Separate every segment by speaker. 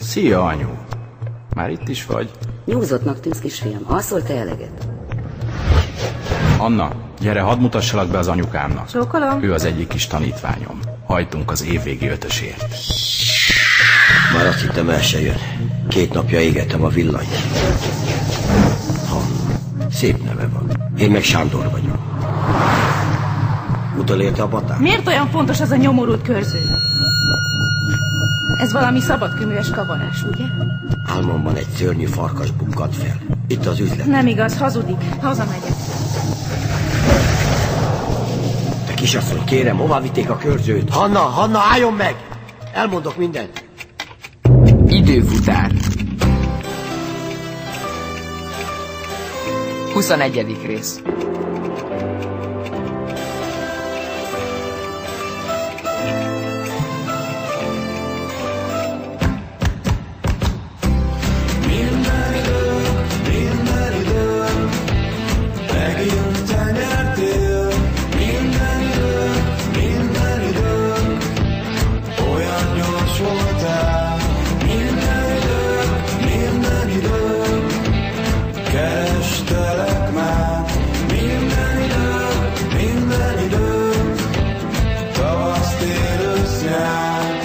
Speaker 1: Szia, anyu! Már itt is vagy?
Speaker 2: Nyúzottnak tűnsz, kisfiam. Alszol te eleget?
Speaker 1: Anna, gyere, hadd mutassalak be az anyukámnak.
Speaker 3: Csókolom.
Speaker 1: Ő az egyik kis tanítványom. Hajtunk az évvégi ötösért.
Speaker 4: Már azt hittem el se jön. Két napja égetem a villanyt. Han, szép neve van. Én meg Sándor vagyok. Utolélte a batát?
Speaker 3: Miért olyan fontos az a nyomorult körző? Ez valami szabadkőműves kavarás, ugye?
Speaker 4: Álmomban egy szörnyű farkas bukkant fel. Itt az üzlet.
Speaker 3: Nem igaz, hazudik. Hazamegyek.
Speaker 4: Te kisasszony, kérem, hová vitték a körzőt? Hanna, Hanna, álljon meg! Elmondok mindent.
Speaker 5: Időfutár 21. rész
Speaker 6: Kerestelek már minden idő, minden idő, tavasz, tél, ősz, nyár.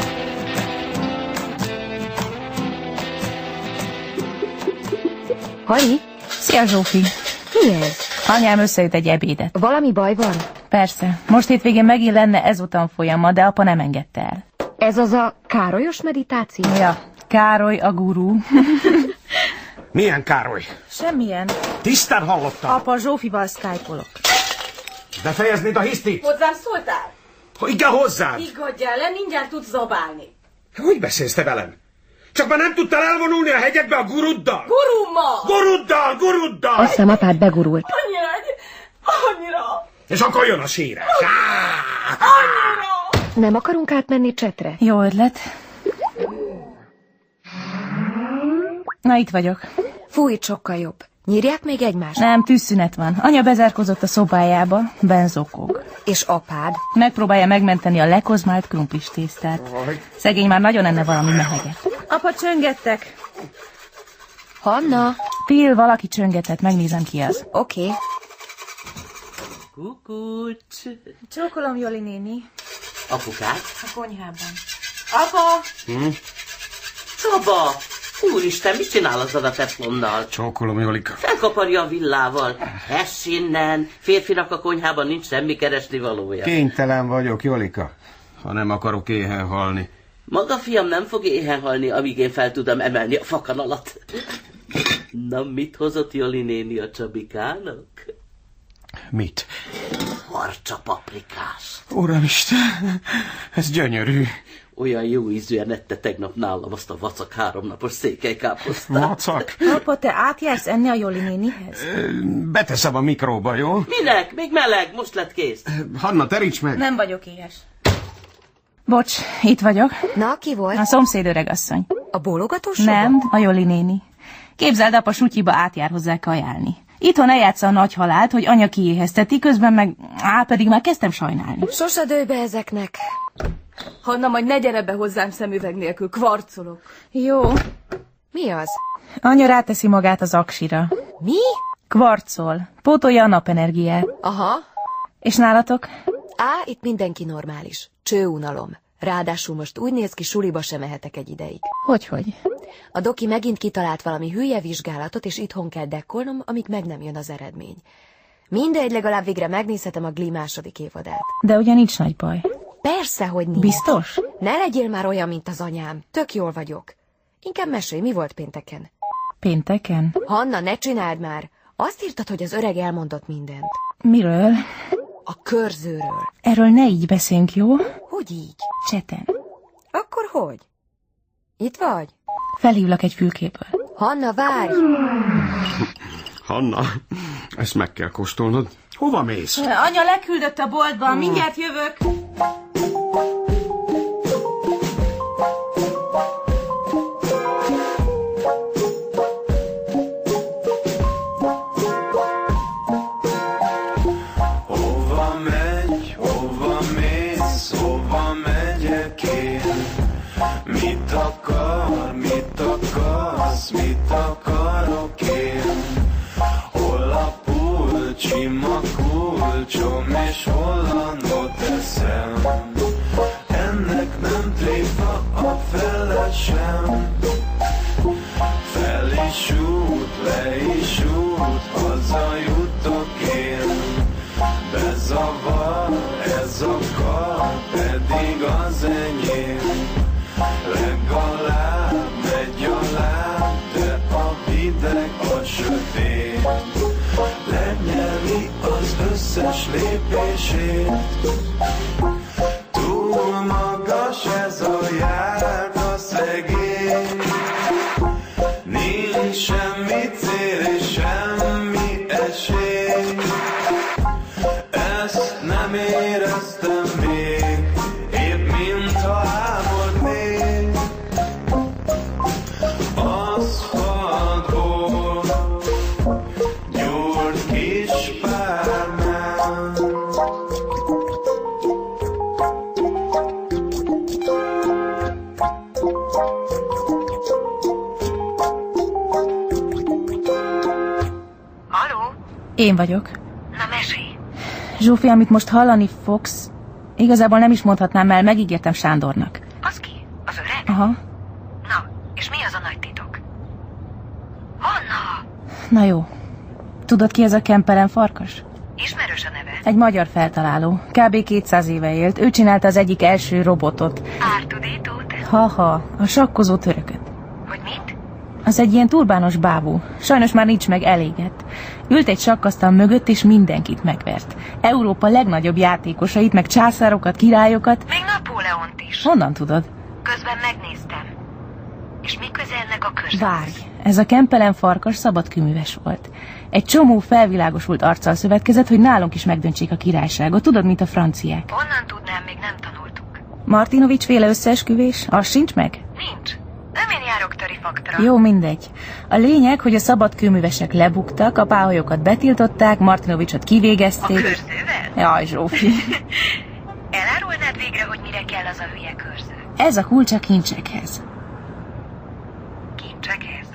Speaker 7: Hali,
Speaker 8: Szia, Zsófi!
Speaker 7: mi ez?
Speaker 8: Anyám összejött egy ebédet.
Speaker 7: Valami baj van?
Speaker 8: Persze, most hétvégén megint lenne ezután folyama, de apa nem engedte el.
Speaker 7: Ez az a károlyos meditáció?
Speaker 8: Ja, Károly a gurú.
Speaker 9: Milyen Károly?
Speaker 3: Semmilyen.
Speaker 9: Tisztán hallottam.
Speaker 3: Apa Zsófival skype-olok.
Speaker 9: Befejeznéd a hisztit?
Speaker 10: Hozzám szóltál?
Speaker 9: Hogy Igen, hozzá.
Speaker 10: Higgadjál le, mindjárt tudsz zabálni.
Speaker 9: Hogy beszélsz te velem? Csak már nem tudtál elvonulni a hegyekbe a guruddal?
Speaker 10: Gurummal!
Speaker 9: Guruddal, guruddal!
Speaker 7: Azt hiszem, apád begurult.
Speaker 10: Annyira, annyira,
Speaker 9: És akkor jön a sírás. Á!
Speaker 7: Nem akarunk átmenni csetre?
Speaker 8: Jó ötlet. Na, itt vagyok.
Speaker 7: Fú, itt sokkal jobb. Nyírják még egymást?
Speaker 8: Nem, tűzszünet van. Anya bezárkozott a szobájába, benzokog.
Speaker 7: És apád?
Speaker 8: Megpróbálja megmenteni a lekozmált krumplis tésztát. Szegény már nagyon enne valami meheget.
Speaker 3: Apa, csöngettek.
Speaker 7: Hanna?
Speaker 8: Phil, valaki csöngetett, megnézem ki az.
Speaker 7: Oké. Okay.
Speaker 5: Kukucs.
Speaker 3: Csókolom, Joli néni.
Speaker 5: Apukát?
Speaker 3: A konyhában. Apa!
Speaker 5: Hm? Csaba! Úristen, mit csinál azzal a teflonnal?
Speaker 9: Csókolom, Jolika.
Speaker 5: Felkaparja a villával. Ess innen! Férfinak a konyhában nincs semmi keresni valója.
Speaker 9: Kénytelen vagyok, Jolika. Ha nem akarok éhen halni.
Speaker 5: Maga fiam nem fog éhen halni, amíg én fel tudom emelni a fakanalat. Na, mit hozott Joli néni a Csabikának?
Speaker 9: Mit?
Speaker 5: Harcsa paprikás.
Speaker 9: Uramisten, ez gyönyörű.
Speaker 5: Olyan jó ízűen ette tegnap nálam azt a vacak háromnapos székelykáposztát.
Speaker 9: Vacak?
Speaker 3: Apa, te átjársz enni a Joli nénihez?
Speaker 9: Ö, Beteszem a mikróba, jó?
Speaker 5: Minek? Még meleg, most lett kész.
Speaker 9: Hanna, teríts meg!
Speaker 3: Nem vagyok éhes.
Speaker 8: Bocs, itt vagyok.
Speaker 7: Na, ki volt?
Speaker 8: A szomszéd öregasszony.
Speaker 7: A bólogatós?
Speaker 8: Nem, a Joli néni. Képzeld, apa sutyiba átjár hozzá kajálni. Itthon eljátsza a nagy halált, hogy anya kiéhezteti, közben meg... Á, pedig már kezdtem sajnálni.
Speaker 7: Sose dőj be ezeknek.
Speaker 10: Hanna, majd ne gyere be hozzám szemüveg nélkül, kvarcolok.
Speaker 3: Jó.
Speaker 7: Mi az?
Speaker 8: Anya ráteszi magát az aksira.
Speaker 7: Mi?
Speaker 8: Kvarcol. Pótolja a napenergiát.
Speaker 7: Aha.
Speaker 8: És nálatok?
Speaker 7: Á, itt mindenki normális. Csőunalom. Ráadásul most úgy néz ki, suliba sem mehetek egy ideig.
Speaker 8: Hogyhogy?
Speaker 7: A doki megint kitalált valami hülye vizsgálatot, és itthon kell dekkolnom, amíg meg nem jön az eredmény. Mindegy, legalább végre megnézhetem a Glee második évadát.
Speaker 8: De ugye nincs nagy baj.
Speaker 7: Persze, hogy nincs.
Speaker 8: Biztos?
Speaker 7: Ne legyél már olyan, mint az anyám. Tök jól vagyok. Inkább mesélj, mi volt pénteken?
Speaker 8: Pénteken?
Speaker 7: Hanna, ne csináld már! Azt írtad, hogy az öreg elmondott mindent.
Speaker 8: Miről?
Speaker 7: A körzőről.
Speaker 8: Erről ne így beszéljünk, jó?
Speaker 7: Hogy így?
Speaker 8: Cseten.
Speaker 7: Akkor hogy? Itt vagy?
Speaker 8: Felhívlak egy fülkéből.
Speaker 7: Hanna, várj!
Speaker 9: Hanna, ezt meg kell kóstolnod. Hova mész?
Speaker 3: Anya leküldött a boltba, mindjárt jövök.
Speaker 6: Hova megy, hova mész, akar, mit akarsz, mit akarok én? Hol a pulcsim, a kulcsom, és hollandot eszem? Ennek nem tréfa a felesem. Fel is út, le is út, hazajutok én. Bezavar ez a kar, pedig az enyém Legalább megy a láb, de a hideg, a sötét Lenyeli az összes lépését Túl magas ez a járda szegény Nincs semmi cél és semmi esély ezt nem éreztem még, épp mintha álmodnék. Aszfaltból gyúrt kis párnám.
Speaker 8: Én vagyok.
Speaker 10: Na mesélj!
Speaker 8: Zsófi, amit most hallani fogsz, igazából nem is mondhatnám el, megígértem Sándornak.
Speaker 10: Az ki? Az öreg?
Speaker 8: Aha.
Speaker 10: Na, és mi az a nagy titok? Hanna!
Speaker 8: Na jó. Tudod ki ez a Kempelen farkas?
Speaker 10: Ismerős a neve?
Speaker 8: Egy magyar feltaláló. Kb. 200 éve élt. Ő csinálta az egyik első robotot.
Speaker 10: Ártudítót?
Speaker 8: Haha, a sakkozó törököt.
Speaker 10: Hogy mit?
Speaker 8: Az egy ilyen turbános bábú. Sajnos már nincs meg elégett. Ült egy sakkasztal mögött, és mindenkit megvert. Európa legnagyobb játékosait, meg császárokat, királyokat.
Speaker 10: Még Napóleont is.
Speaker 8: Honnan tudod?
Speaker 10: Közben megnéztem. És mi köze ennek a körzet?
Speaker 8: Várj! Ez a kempelen farkas szabadkőműves volt. Egy csomó felvilágosult arccal szövetkezett, hogy nálunk is megdöntsék a királyságot, tudod, mint a franciák.
Speaker 10: Honnan tudnám, még nem tanultuk.
Speaker 8: Martinovics féle összeesküvés? Az sincs meg?
Speaker 10: Nincs. Nem én járok tarifaktra.
Speaker 8: Jó, mindegy. A lényeg, hogy a szabadkőművesek lebuktak, a páholyokat betiltották, Martinovicsot
Speaker 10: A
Speaker 8: kivégezték.
Speaker 10: körzővel?
Speaker 8: Jaj, Zsófi.
Speaker 10: Elárulnád végre, hogy mire kell az a hülye körző?
Speaker 8: Ez a kulcs a kincsekhez.
Speaker 10: Kincsekhez?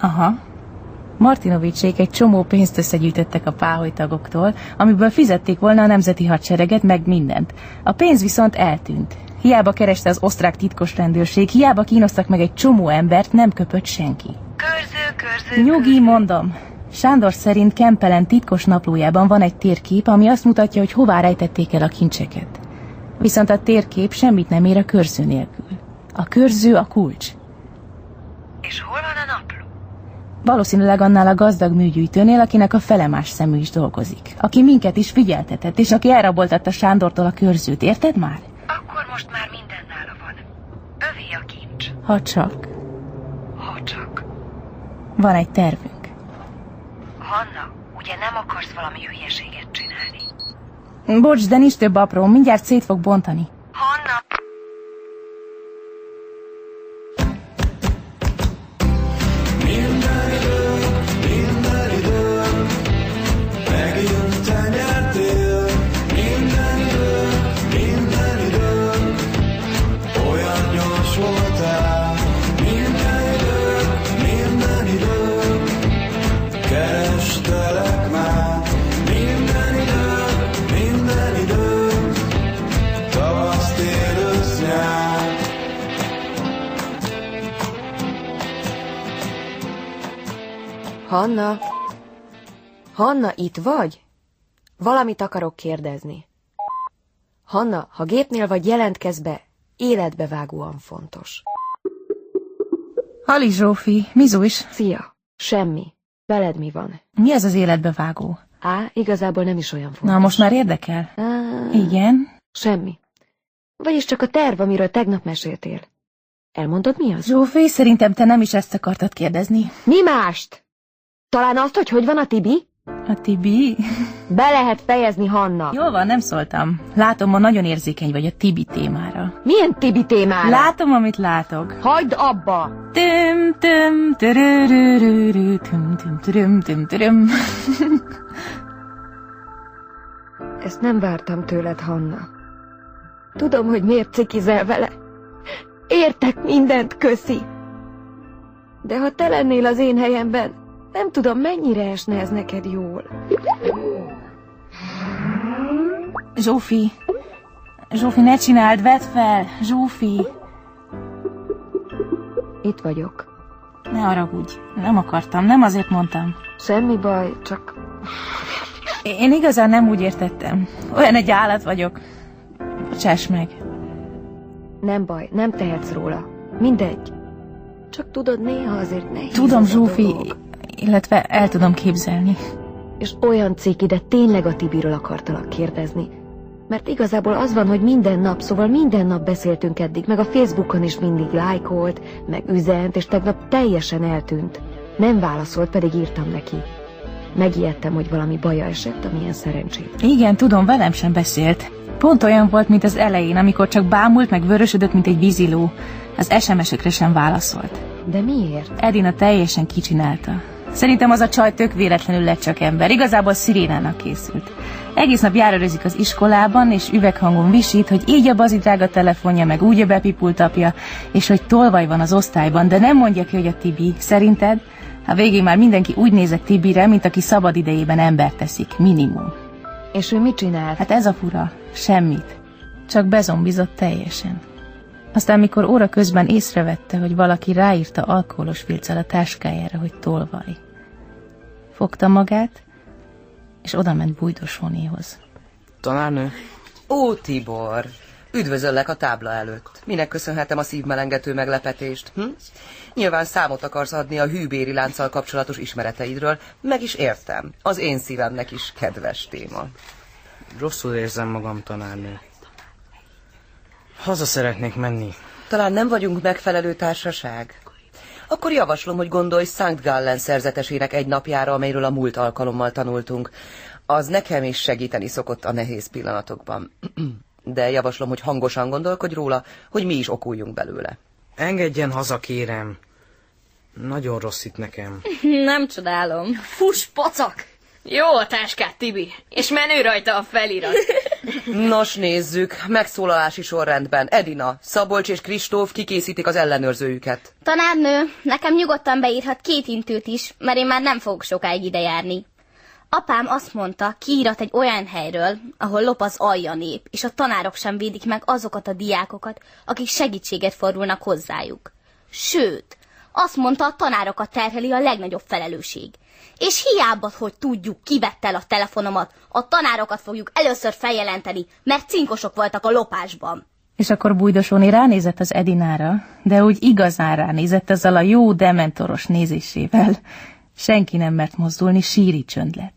Speaker 8: Aha. Martinovicsék egy csomó pénzt összegyűjtöttek a páholytagoktól, amiből fizették volna a nemzeti hadsereget, meg mindent. A pénz viszont eltűnt. Hiába kereste az osztrák titkos rendőrség, hiába kínoztak meg egy csomó embert, nem köpött senki.
Speaker 10: Körző, körző,
Speaker 8: Nyugi, mondom. Sándor szerint Kempelen titkos naplójában van egy térkép, ami azt mutatja, hogy hová rejtették el a kincseket. Viszont a térkép semmit nem ér a körző nélkül. A körző a kulcs.
Speaker 10: És hol van a napló?
Speaker 8: Valószínűleg annál a gazdag műgyűjtőnél, akinek a felemás szemű is dolgozik. Aki minket is figyeltetett, és aki elraboltatta Sándortól a körzőt, érted már?
Speaker 10: Akkor most már minden nála van. Övé a kincs.
Speaker 8: Ha csak.
Speaker 10: Ha csak.
Speaker 8: Van egy tervünk.
Speaker 10: Hanna, ugye nem akarsz valami hülyeséget csinálni?
Speaker 8: Bocs, de nincs több apró, mindjárt szét fog bontani.
Speaker 10: Hanna!
Speaker 6: Minden idő, megint te nyertél. Minden idő, minden idő, olyan gyors voltál. Minden idő, minden idő, kerestelek már. Minden idő, minden idő, tavasz, tél, ősz, nyár.
Speaker 11: Hanna? Hanna, itt vagy? Valamit akarok kérdezni. Hanna, ha gépnél vagy, jelentkezz be. Életbevágóan fontos.
Speaker 8: Hali Zsófi, Mizu is.
Speaker 11: Szia. Semmi. Veled mi van?
Speaker 8: Mi ez az életbevágó?
Speaker 11: Á, igazából nem is olyan fontos.
Speaker 8: Na, most már érdekel?
Speaker 11: Á,
Speaker 8: Igen.
Speaker 11: Semmi. Vagyis csak a terv, amiről tegnap meséltél. Elmondod mi az?
Speaker 8: Zsófi, szerintem te nem is ezt akartad kérdezni.
Speaker 11: Mi mást? Talán azt, hogy hogy van a Tibi?
Speaker 8: A Tibi?
Speaker 11: Be lehet fejezni, Hanna.
Speaker 8: Jól van, nem szóltam. Látom, ma nagyon érzékeny vagy a Tibi témára.
Speaker 11: Milyen Tibi témára?
Speaker 8: Látom, amit látok.
Speaker 11: Hagyd abba!
Speaker 8: Tüm, tüm, törörörörörö, tüm, tüm, töröm, tüm, töröm.
Speaker 11: Ezt nem vártam tőled, Hanna. Tudom, hogy miért cikizel vele.
Speaker 7: Értek mindent, köszi. De ha te lennél az én helyemben, nem tudom, mennyire esne ez neked jól.
Speaker 8: Zsófi, Zsófi, ne csináld, vedd fel, Zsófi.
Speaker 7: Itt vagyok.
Speaker 8: Ne haragudj, nem akartam, nem azért mondtam.
Speaker 7: Semmi baj, csak...
Speaker 8: Én igazán nem úgy értettem. Olyan egy állat vagyok. Bocsáss meg.
Speaker 7: Nem baj, nem tehetsz róla. Mindegy. Csak tudod, néha azért nehéz.
Speaker 8: Tudom,
Speaker 7: ez a
Speaker 8: Zsófi,
Speaker 7: dolog.
Speaker 8: illetve el tudom képzelni.
Speaker 7: És olyan ciki, de tényleg a Tibiről akartalak kérdezni. Mert igazából az van, hogy minden nap, szóval minden nap beszéltünk eddig, meg a Facebookon is mindig lájkolt, meg üzent, és tegnap teljesen eltűnt. Nem válaszolt, pedig írtam neki. Megijedtem, hogy valami baja esett, amilyen szerencsét.
Speaker 8: Igen, tudom, velem sem beszélt. Pont olyan volt, mint az elején, amikor csak bámult, meg vörösödött, mint egy víziló. Az SMS-ökre sem válaszolt.
Speaker 7: De miért?
Speaker 8: Edina teljesen kicsinálta. Szerintem az a csaj tök véletlenül lett csak ember. Igazából szirénának készült. Egész nap járőrözik az iskolában, és üveghangon visít, hogy így a bazidrág a telefonja, meg úgy a bepipult apja, és hogy tolvaj van az osztályban, de nem mondja ki, hogy a Tibi. Szerinted? A végén már mindenki úgy nézek Tibire, mint aki szabad idejében ember teszik, minimum.
Speaker 7: És ő mit csinál?
Speaker 8: Hát ez a fura. Semmit. Csak bezombizott teljesen. Aztán, mikor óra közben észrevette, hogy valaki ráírta alkoholos filccel a táskájára, hogy tolvaj. Fogta magát, és odament Bújdosónéhoz.
Speaker 12: Tanárnő? Ó, Tibor! Üdvözöllek a tábla előtt. Minek köszönhetem a szívmelengető meglepetést? Hm? Nyilván számot akarsz adni a hűbéri lánccal kapcsolatos ismereteidről, meg is értem. Az én szívemnek is kedves téma.
Speaker 13: Rosszul érzem magam, tanárnő. Haza szeretnék menni.
Speaker 12: Talán nem vagyunk megfelelő társaság? Akkor javaslom, hogy gondolj St. Gallen szerzetesének egy napjára, amelyről a múlt alkalommal tanultunk. Az nekem is segíteni szokott a nehéz pillanatokban. De javaslom, hogy hangosan gondolkodj róla, hogy mi is okuljunk belőle.
Speaker 13: Engedjen haza, kérem. Nagyon rossz itt nekem.
Speaker 2: Nem csodálom. Fuss, pacak! Jó a táskát, Tibi, és menő rajta a felirat.
Speaker 12: Nos, nézzük, megszólalási sorrendben. Edina, Szabolcs és Kristóf kikészítik az ellenőrzőjüket.
Speaker 14: Tanárnő, nekem nyugodtan beírhat két intőt is, mert én már nem fogok sokáig ide járni. Apám azt mondta, kiírat egy olyan helyről, ahol lop az alja nép, és a tanárok sem védik meg azokat a diákokat, akik segítséget fordulnak hozzájuk. Sőt, azt mondta, a tanárokat terheli a legnagyobb felelősség. És hiába, hogy tudjuk, ki vett el a telefonomat, a tanárokat fogjuk először feljelenteni, mert cinkosok voltak a lopásban.
Speaker 8: És akkor Bújdosóni ránézett az Edinára, de úgy igazán ránézett ezzel a jó dementoros nézésével. Senki nem mert mozdulni, síri csönd lett.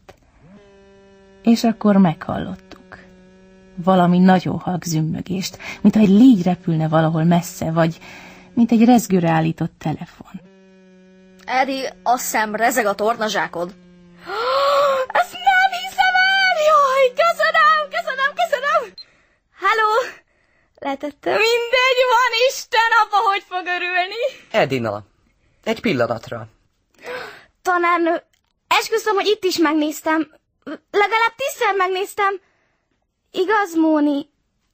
Speaker 8: És akkor meghallottuk. Valami nagyon halk zümmögést, mint egy légy repülne valahol messze, vagy mint egy rezgőre állított telefon.
Speaker 15: Edi, azt hiszem rezeg a tornazsákod. Ezt nem hiszem el! Jaj, köszönöm, köszönöm, köszönöm! Hello! Letettem. Mindegy, van Isten, apa, hogy fog örülni!
Speaker 12: Edina, egy pillanatra.
Speaker 14: Tanárnő,
Speaker 15: esküszöm, hogy itt is megnéztem.
Speaker 14: Legalább tízszer megnéztem. Igaz, Móni,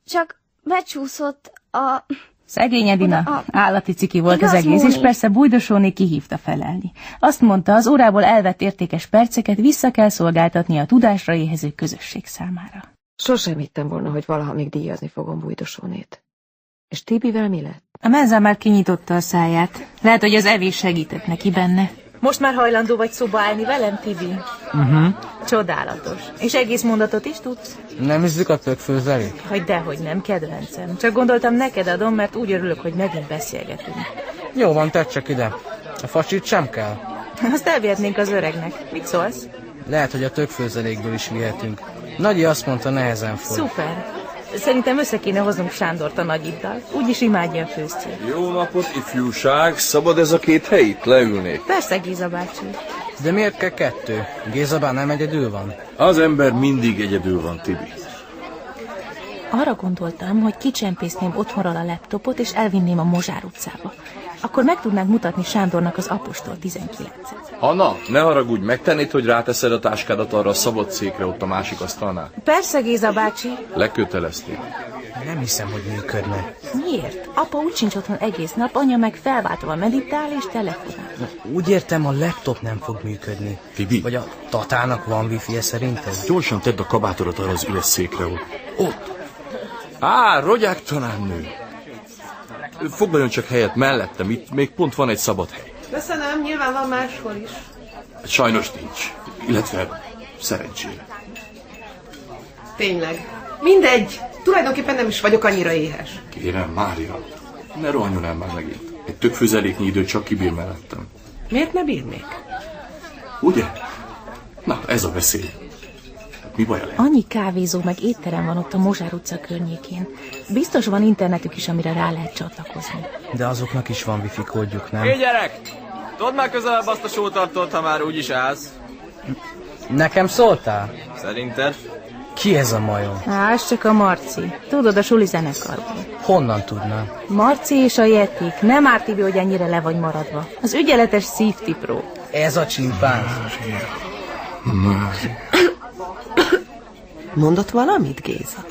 Speaker 14: csak becsúszott a...
Speaker 8: Szegény Edina,
Speaker 14: Oda a-
Speaker 8: állati ciki volt
Speaker 14: Igaz,
Speaker 8: az egész, és
Speaker 14: Móni?
Speaker 8: persze Bújdosóné kihívta felelni. Azt mondta, az órából elvett értékes perceket vissza kell szolgáltatni a tudásra éhező közösség számára.
Speaker 7: Sosem hittem volna, hogy valaha még díjazni fogom bújdosónét. És Tibivel mi lett?
Speaker 8: A mezzel már kinyitotta a száját. Lehet, hogy az evés segített neki benne.
Speaker 3: Most már hajlandó vagy szóba állni velem, Tibi?
Speaker 13: Uh-huh.
Speaker 3: Csodálatos. És egész mondatot is tudsz?
Speaker 13: Nem ízlik a tök főzelék?
Speaker 3: Hogy dehogy nem, kedvencem. Csak gondoltam, neked adom, mert úgy örülök, hogy megint beszélgetünk.
Speaker 13: Jó van, tedd csak ide. A facsit sem kell.
Speaker 3: Azt elvihetnénk az öregnek. Mit szólsz?
Speaker 13: Lehet, hogy a tök főzelékből is vihetünk. Nagyi azt mondta, nehezen fogy.
Speaker 3: Szuper. Szerintem össze kéne hoznunk Sándort a nagyiddal. Úgyis imádja a főztjét.
Speaker 16: Jó napot, ifjúság! Szabad ez a két hely itt leülni?
Speaker 3: Persze, Géza bácsi.
Speaker 13: De miért kell kettő? Gézabán nem egyedül van?
Speaker 16: Az ember mindig egyedül van, Tibi.
Speaker 8: Arra gondoltam, hogy kicsempészném otthonról a laptopot, és elvinném a Mozsár utcába. Akkor meg tudnánk mutatni Sándornak az Apostol 19 -et.
Speaker 16: Anna, ne haragudj, megtennéd, hogy ráteszed a táskádat arra a szabott székre ott a másik asztalnál?
Speaker 8: Persze, Géza bácsi.
Speaker 16: Lekötelezték.
Speaker 13: Nem hiszem, hogy működne.
Speaker 8: Miért? Apa úgy sincs otthon egész nap, anya meg felváltva meditál és telefonál.
Speaker 13: Úgy értem, a laptop nem fog működni. Tibi? Vagy a Tatának van wifi-je szerinted?
Speaker 17: Gyorsan tedd a kabátodat arra az üres székre ott. Ott! Á, rogyák tanárnő!
Speaker 16: Foglaljon csak helyet mellettem, itt még pont van egy szabad hely.
Speaker 18: Köszönöm, nyilván van máshol is.
Speaker 16: Sajnos nincs. Illetve szerencsére.
Speaker 18: Tényleg. Mindegy. Tulajdonképpen nem is vagyok annyira éhes.
Speaker 16: Kérem, Mária, ne rohanjon el már megint. Egy tök füzeléknyi idő csak kibír mellettem.
Speaker 18: Miért ne bírnék?
Speaker 16: Ugye? Na, ez a veszély. Hát Mi baj lehet?
Speaker 8: Annyi kávézó meg étterem van ott a Mozsár utca környékén. Biztos van internetük is, amire rá lehet csatlakozni.
Speaker 13: De azoknak is van wifi kódjuk, nem?
Speaker 19: Hé gyerek! Tudd már közelebb azt a sótartót, ha már úgyis állsz.
Speaker 13: Nekem szóltál?
Speaker 19: Szerinted?
Speaker 13: Ki ez a majom?
Speaker 8: Á, ez csak a Marci. Tudod, a suli zenekarból.
Speaker 13: Honnan tudnám?
Speaker 8: Marci és a Jetik. Nem árt Tibi, hogy ennyire le vagy maradva. Az ügyeletes szívtipró.
Speaker 13: Ez a csimpánz.
Speaker 18: Mondott valamit, Géza?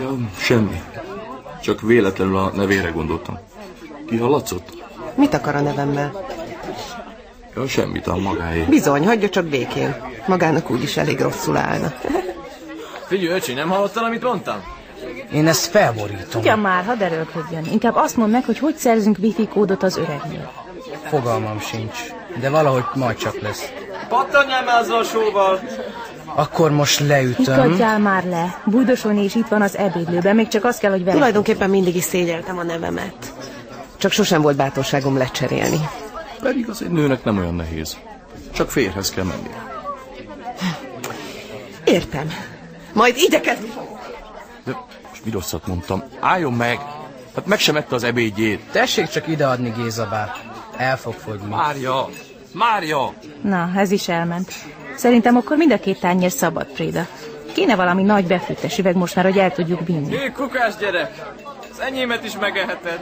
Speaker 16: Ja, semmi. Csak véletlenül a nevére gondoltam. Ki hallatszott?
Speaker 18: Mit akar a nevemmel?
Speaker 16: Ja, semmit a magáé.
Speaker 18: Bizony, hagyja csak békén. Magának úgyis elég rosszul állna.
Speaker 19: Figyelj, öcsi, nem hallottál, amit mondtam?
Speaker 13: Én ezt felborítom.
Speaker 8: Ugyan már, hadd erőlködjön. Inkább azt mondd meg, hogy hogy szerzünk wifi kódot az öregnél.
Speaker 13: Fogalmam sincs. De valahogy majd csak lesz.
Speaker 19: Pattanjál már azzal a sóval!
Speaker 13: Akkor most leütöm.
Speaker 8: Hikadjál már le. Bújdosolni is itt van az ebédlőben, még csak azt kell, hogy vele.
Speaker 18: Tulajdonképpen mindig is szégyeltem a nevemet. Csak sosem volt bátorságom lecserélni.
Speaker 16: Pedig az egy nőnek nem olyan nehéz. Csak férhez kell mennie.
Speaker 18: Értem. Majd igyekezni fogok.
Speaker 16: De most mi rosszat mondtam? Álljon meg! Hát meg sem ette az ebédjét.
Speaker 13: Tessék csak ideadni Géza bá. El fog fogyni.
Speaker 16: Mária! Mária!
Speaker 8: Na, ez is elment. Szerintem akkor mind a két tányér szabad, Préda. Kéne valami nagy befűtes üveg most már, hogy el tudjuk vinni.
Speaker 19: Hé, kukás gyerek! Az enyémet is megeheted.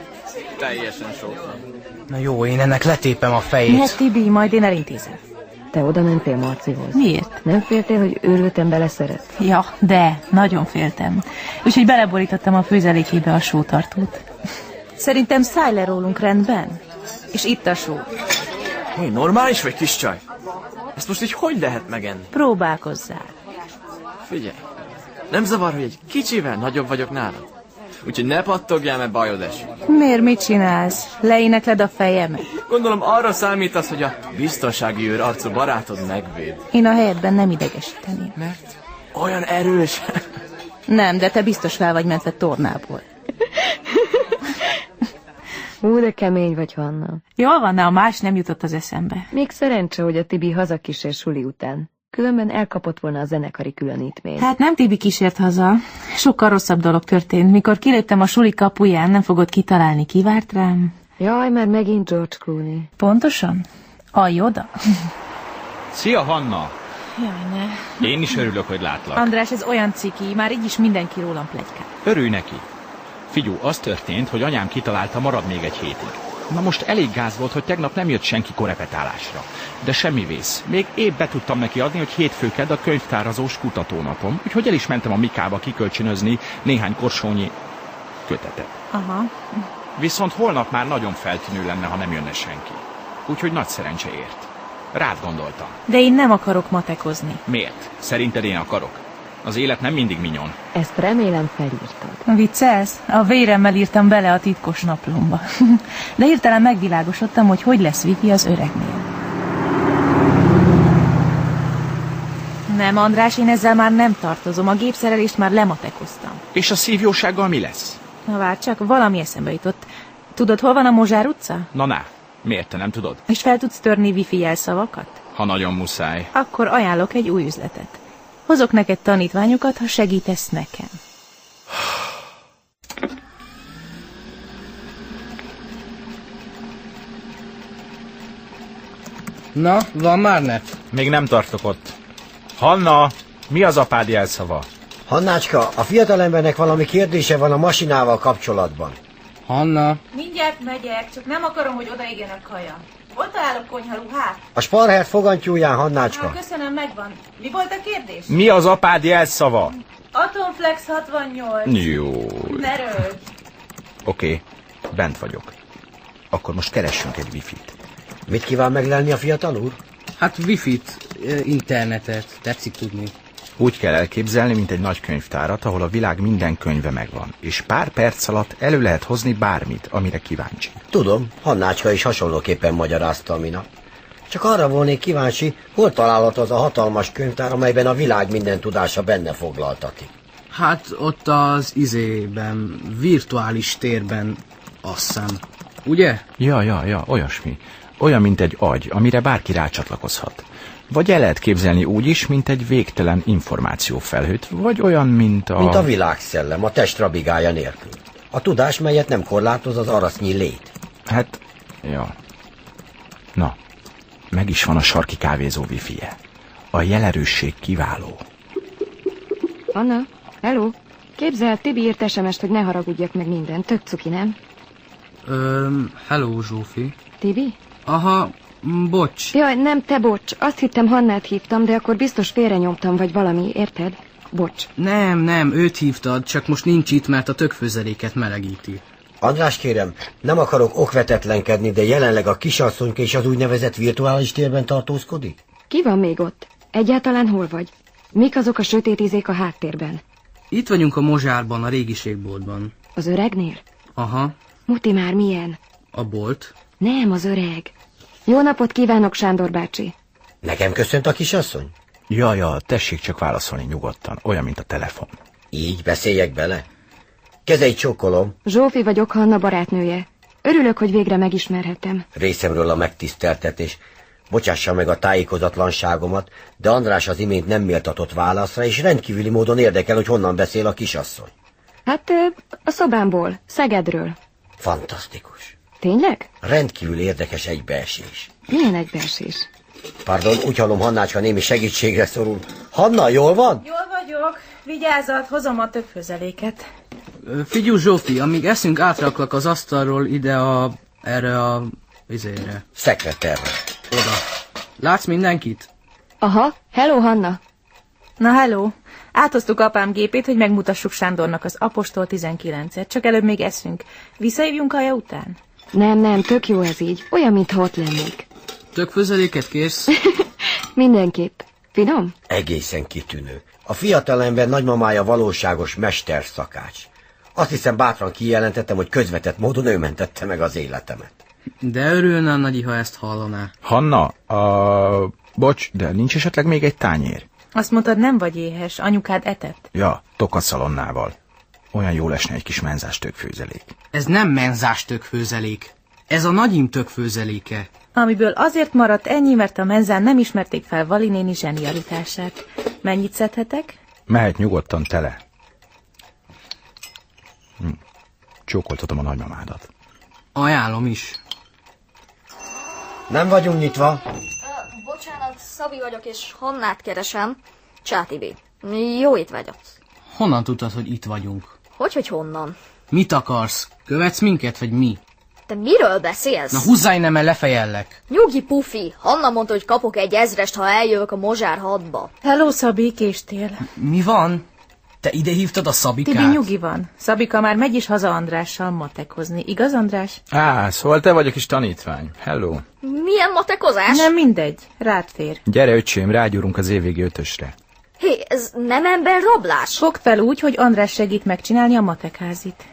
Speaker 19: Teljesen sótlan.
Speaker 13: Na jó, én ennek letépem a fejét.
Speaker 8: Ne, Tibi, majd én elintézem.
Speaker 7: Te oda mentél Marcihoz.
Speaker 8: Miért?
Speaker 7: Nem féltél, hogy őrültem beleszeret?
Speaker 8: Ja, de, nagyon féltem. Úgyhogy beleborítottam a főzelékébe a sótartót. Szerintem szállj le rólunk rendben. És itt a só.
Speaker 19: Hé, normális vagy, kis csaj? Ezt most így hogy lehet megenni?
Speaker 8: Próbálkozzál.
Speaker 19: Figyelj, nem zavar, hogy egy kicsivel nagyobb vagyok nálad. Úgyhogy ne pattogjál, mert bajod esik.
Speaker 8: Miért mit csinálsz? Leénekled a fejemet.
Speaker 19: Gondolom arra számítasz, hogy a biztonsági őr arcú barátod megvéd.
Speaker 8: Én a helyedben nem idegesíteném.
Speaker 19: Mert? Olyan erős.
Speaker 8: Nem, de te biztos fel vagy mentve tornából.
Speaker 7: Hú, de kemény vagy, Hanna.
Speaker 8: Jól van, de a más nem jutott az eszembe.
Speaker 7: Még szerencse, hogy a Tibi hazakísér suli után. Különben elkapott volna a zenekari különítmény.
Speaker 8: Hát nem Tibi kísért haza. Sokkal rosszabb dolog történt. Mikor kiléptem a suli kapuján, nem fogod kitalálni, kivárt rám.
Speaker 7: Jaj, már megint George Clooney.
Speaker 8: Pontosan? Alj oda.
Speaker 1: Szia, Hanna!
Speaker 8: Jaj, ne.
Speaker 1: Én is örülök, hogy látlak.
Speaker 8: András, ez olyan ciki, már így is mindenki rólam plegykál.
Speaker 1: Örülj neki. Figyú, az történt, hogy anyám kitalálta, marad még egy hétig. Na most elég gáz volt, hogy tegnap nem jött senki korepetálásra. De semmi vész. Még épp be tudtam neki adni, hogy hétfőked a könyvtárazós kutatónapom, úgyhogy el is mentem a Mikába kikölcsönözni néhány korsónyi kötetet.
Speaker 8: Aha.
Speaker 1: Viszont holnap már nagyon feltűnő lenne, ha nem jönne senki. Úgyhogy nagy szerencse ért. Rád gondoltam.
Speaker 8: De én nem akarok matekozni.
Speaker 1: Miért? Szerinted én akarok? Az élet nem mindig minyon.
Speaker 7: Ezt remélem felírtad.
Speaker 8: Viccelsz? A véremmel írtam bele a titkos naplomba. De hirtelen megvilágosodtam, hogy hogy lesz Viki az öregnél. Nem, András, én ezzel már nem tartozom. A gépszerelést már lematekoztam.
Speaker 1: És a szívjósággal mi lesz?
Speaker 8: Na várj csak, valami eszembe jutott. Tudod, hol van a Mozsár utca?
Speaker 1: Na ná, miért te nem tudod?
Speaker 8: És fel tudsz törni wifi jelszavakat?
Speaker 1: Ha nagyon muszáj.
Speaker 8: Akkor ajánlok egy új üzletet. Hozok neked tanítványokat, ha segítesz nekem.
Speaker 13: Na, van már net?
Speaker 20: Még nem tartok ott. Hanna, mi az apád jelszava?
Speaker 4: Hannácska, a fiatalembernek valami kérdése van a masinával kapcsolatban.
Speaker 13: Hanna?
Speaker 8: Mindjárt megyek, csak nem akarom, hogy odaégjen a kaja. Hol találok konyharuhát?
Speaker 4: A sparhert fogantyúján, Hannácska.
Speaker 8: köszönöm, megvan. Mi volt a kérdés?
Speaker 1: Mi az apád jelszava?
Speaker 8: Atomflex 68.
Speaker 1: Jó.
Speaker 8: Ne rögj.
Speaker 1: Oké, bent vagyok. Akkor most keressünk egy wifi-t.
Speaker 4: Mit kíván meglelni a fiatal úr?
Speaker 13: Hát wifi-t, ö, internetet, tetszik tudni.
Speaker 1: Úgy kell elképzelni, mint egy nagy könyvtárat, ahol a világ minden könyve megvan, és pár perc alatt elő lehet hozni bármit, amire kíváncsi.
Speaker 4: Tudom, Hannácska Hát, is hasonlóképpen magyarázta a minap. Csak arra volnék kíváncsi, hol található az a hatalmas könyvtár, amelyben a világ minden tudása benne foglaltatik.
Speaker 13: Hát ott az izében, virtuális térben, azt hiszem. Ugye?
Speaker 1: Ja, ja, ja, olyasmi. Olyan, mint egy agy, amire bárki rácsatlakozhat. Vagy el lehet képzelni úgy is, mint egy végtelen információfelhőt, vagy olyan, mint a...
Speaker 4: Mint a világszellem, a test rabigája nélkül. A tudás, melyet nem korlátoz az arasznyi lét.
Speaker 1: Hát, ja. Na, meg is van a sarki kávézó wifi-je. A jelerősség kiváló.
Speaker 7: Anna, hello? Képzel, Tibi írt sms hogy ne haragudjak meg minden. Tök cuki, nem?
Speaker 13: Öm, hello Zsófi.
Speaker 7: Tibi?
Speaker 13: Aha, m, bocs.
Speaker 7: Jaj, nem, te bocs. Azt hittem Hannát hívtam, de akkor biztos félrenyomtam, vagy valami, érted? Bocs.
Speaker 13: Nem, nem, őt hívtad, csak most nincs itt, mert a tökfőzeléket melegíti.
Speaker 4: András kérem, nem akarok okvetetlenkedni, de jelenleg a kisasszonyka is az úgynevezett virtuális térben tartózkodik?
Speaker 7: Ki van még ott? Egyáltalán hol vagy? Mik azok a sötét izék a háttérben?
Speaker 13: Itt vagyunk a mozsárban, a régiségboltban.
Speaker 7: Az öregnél?
Speaker 13: Aha,
Speaker 7: Muti már milyen?
Speaker 13: a bolt.
Speaker 7: Nem, az öreg. Jó napot kívánok, Sándor bácsi.
Speaker 4: Nekem köszönt a kisasszony?
Speaker 1: Ja, ja, tessék csak válaszolni nyugodtan, olyan, mint a telefon.
Speaker 4: Így beszéljek bele? Kezeit csókolom.
Speaker 7: Zsófi vagyok, Hanna barátnője. Örülök, hogy végre megismerhetem.
Speaker 4: Részemről a megtiszteltetés. Bocsássa meg a tájékozatlanságomat, de András az imént nem méltatott válaszra, és rendkívüli módon érdekel, hogy honnan beszél a kisasszony.
Speaker 7: Hát ö, a szobámból, Szegedről.
Speaker 4: Fantasztikus.
Speaker 7: Tényleg?
Speaker 4: Rendkívül érdekes egybeesés.
Speaker 7: Milyen egybeesés?
Speaker 4: Pardon, úgy hallom, Hannácska némi segítségre szorul. Hanna, jól van?
Speaker 8: Jól vagyok. Vigyázat, hozom a tökfőzeléket.
Speaker 13: Ö, Figyú Zsófi, amíg eszünk, átraklak az asztalról ide a... erre a... izére.
Speaker 4: Szekreterre.
Speaker 13: Oda. Látsz mindenkit?
Speaker 7: Aha, hello Hanna.
Speaker 8: Na, hello. Áthoztuk apám gépét, hogy megmutassuk Sándornak az Apostol 19-et. Csak előbb még eszünk. Visszahívjunk haja után?
Speaker 7: Nem, nem, tök jó ez így. Olyan, mintha ott lennék.
Speaker 13: Tökfőzeléket kérsz?
Speaker 7: Mindenképp. Finom?
Speaker 4: Egészen kitűnő. A fiatalember nagymamája valóságos mesterszakács. Azt hiszem bátran kijelentettem, hogy közvetett módon ő mentette meg az életemet.
Speaker 13: De örülne a nagyi, ha ezt hallaná.
Speaker 1: Hanna, a... bocs, de nincs esetleg még egy tányér?
Speaker 8: Azt mondtad, nem vagy éhes, anyukád etett.
Speaker 1: Ja, tokaszalonnával. Olyan jól esne egy kis menzás tökfőzelék.
Speaker 13: Ez nem menzás tökfőzelék. Ez a nagyim tökfőzeléke.
Speaker 8: Amiből azért maradt ennyi, mert a menzán nem ismerték fel Vali néni zsenialitását. Mennyit szedhetek?
Speaker 1: Mehet nyugodtan tele. Hm. Csókoltatom a nagymamádat.
Speaker 13: Ajánlom is.
Speaker 4: Nem vagyunk nyitva.
Speaker 15: Bocsánat, Szabi vagyok, és Hannát keresem. Csátibi. Jó étvágyat.
Speaker 13: Honnan tudtad, hogy itt vagyunk?
Speaker 15: Hogy, hogy honnan?
Speaker 13: Mit akarsz? Követsz minket, vagy mi?
Speaker 15: Te miről beszélsz?
Speaker 13: Na húzzaj nem el, lefejellek.
Speaker 15: Nyugi, Pufi! Hanna mondta, hogy kapok egy ezrest, ha eljövök a Mozsár hadba.
Speaker 8: Hello, Szabi, késtél.
Speaker 13: Mi van? Te ide hívtad a Szabikát?
Speaker 8: Tibi nyugi van. Szabika már megy is haza Andrással matekozni. Igaz, András?
Speaker 1: Á, szóval te vagy a kis tanítvány. Hello.
Speaker 15: Milyen matekozás?
Speaker 8: Nem mindegy. Rád fér.
Speaker 1: Gyere, öcsém, rágyúrunk az évvégi ötösre.
Speaker 15: Hé, ez nem ember rablás?
Speaker 8: Fogd fel úgy, hogy András segít megcsinálni a matekházit.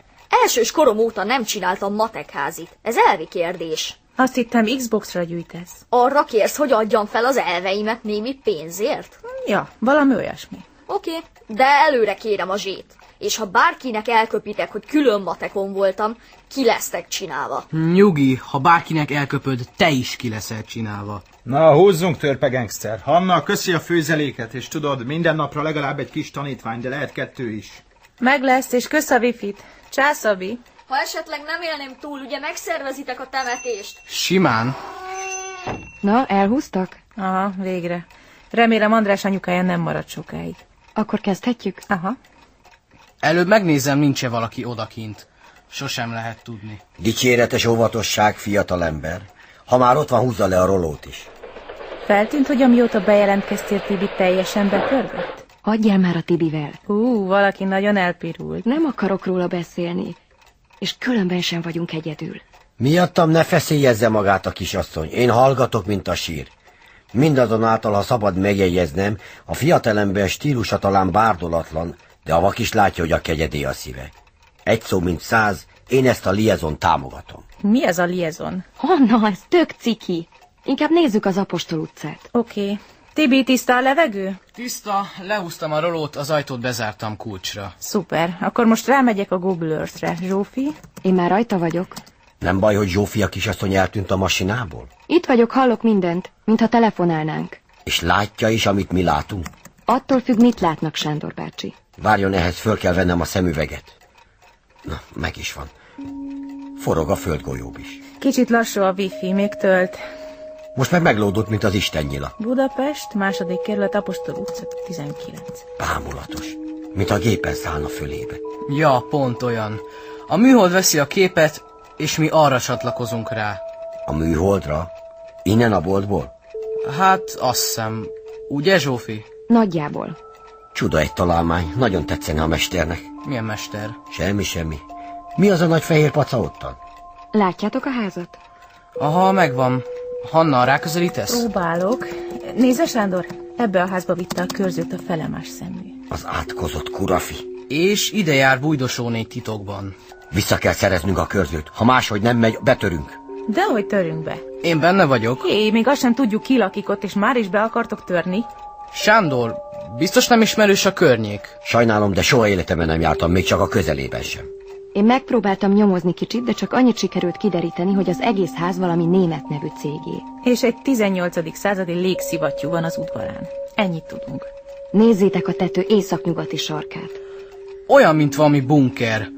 Speaker 15: Elsős korom óta nem csináltam matekházit. Ez elvi kérdés.
Speaker 8: Azt hittem, Xboxra gyűjtesz.
Speaker 15: Arra kérsz, hogy adjam fel az elveimet némi pénzért?
Speaker 8: Ja, valami olyasmi.
Speaker 15: Oké, okay, de előre kérem a zsét. És ha bárkinek elköpitek, hogy külön matekon voltam, ki lesztek csinálva.
Speaker 13: Nyugi, ha bárkinek elköpöd, te is ki leszel csinálva.
Speaker 21: Na, húzzunk törpe gangster. Hanna, köszi a főzeléket, és tudod, minden napra legalább egy kis tanítvány, de lehet kettő is.
Speaker 8: Meg lesz, és kösz a wifit. Csá, Szabi.
Speaker 15: Ha esetleg nem élném túl, ugye megszervezitek a temetést?
Speaker 13: Simán.
Speaker 7: Na, elhúztak?
Speaker 8: Aha, végre. Remélem András anyukája nem marad sokáig.
Speaker 7: Akkor kezdhetjük?
Speaker 8: Aha.
Speaker 13: Előbb megnézem, nincs-e valaki odakint. Sosem lehet tudni.
Speaker 4: Dicséretes óvatosság, fiatalember. Ha már ott van, húzza le a rolót is.
Speaker 3: Feltűnt, hogy amióta bejelentkeztél Tibi teljesen betörgött?
Speaker 7: Adjál már a Tibivel.
Speaker 3: Hú, valaki nagyon elpirult.
Speaker 7: Nem akarok róla beszélni. És különben sem vagyunk egyedül.
Speaker 4: Miattam ne feszélyezze magát a kisasszony. Én hallgatok, mint a sír. Mindazonáltal, ha szabad megjegyeznem, a fiatalember stílusa talán bárdolatlan, de a vak is látja, hogy a kegyedé a szíve. Egy szó, mint száz, én ezt a liezon támogatom.
Speaker 3: Mi ez a liaison?
Speaker 7: Hanna, ez tök ciki. Inkább nézzük az Apostol utcát.
Speaker 3: Oké. Okay. Tibi, tiszta a levegő?
Speaker 13: Tiszta, lehúztam a rolót, az ajtót bezártam kulcsra.
Speaker 3: Szuper. Akkor most rámegyek a Google Earth-re. Zsófi?
Speaker 7: Én már rajta vagyok.
Speaker 4: Nem baj, hogy Zsófia kisasszony eltűnt a masinából?
Speaker 7: Itt vagyok, hallok mindent, mintha telefonálnánk.
Speaker 4: És látja is, amit mi látunk?
Speaker 7: Attól függ, mit látnak, Sándor bácsi.
Speaker 4: Várjon, ehhez föl kell vennem a szemüveget. Na, meg is van. Forog a földgolyóbb is.
Speaker 3: Kicsit lassú a wifi, még tölt.
Speaker 4: Most meg meglódott, mint az Isten nyila.
Speaker 3: Budapest, második kerület, Apostol utca 19.
Speaker 4: Bámulatos. Mint a gépen szállna fölébe.
Speaker 13: Ja, pont olyan. A műhold veszi a képet, és mi arra csatlakozunk rá.
Speaker 4: A műholdra? Innen a boltból?
Speaker 13: Hát, azt hiszem. Ugye, Zsófi?
Speaker 7: Nagyjából.
Speaker 4: Csuda egy találmány. Nagyon tetszene a mesternek.
Speaker 13: Milyen mester?
Speaker 4: Semmi, semmi. Mi az a nagy fehér paca ottan?
Speaker 7: Látjátok a házat?
Speaker 13: Aha, megvan. Hanna, ráközelítesz?
Speaker 3: Próbálok. Nézze, Sándor, ebbe a házba vitte a körzőt a felemás szemű.
Speaker 4: Az átkozott kurafi.
Speaker 13: És ide jár bújdosóné titokban.
Speaker 4: Vissza kell szereznünk a körzőt. Ha máshogy nem megy, betörünk.
Speaker 3: De hogy törünk be?
Speaker 13: Én benne vagyok.
Speaker 3: Hé, még azt sem tudjuk, ki lakik ott, és már is be akartok törni.
Speaker 13: Sándor, biztos nem ismerős a környék?
Speaker 4: Sajnálom, de soha életemben nem jártam, még csak a közelében sem.
Speaker 7: Én megpróbáltam nyomozni kicsit, de csak annyit sikerült kideríteni, hogy az egész ház valami német nevű cégé.
Speaker 3: És egy 18. századi légszivattyú van az udvarán. Ennyit tudunk.
Speaker 7: Nézzétek a tető északnyugati sarkát.
Speaker 13: Olyan, mint valami bunker.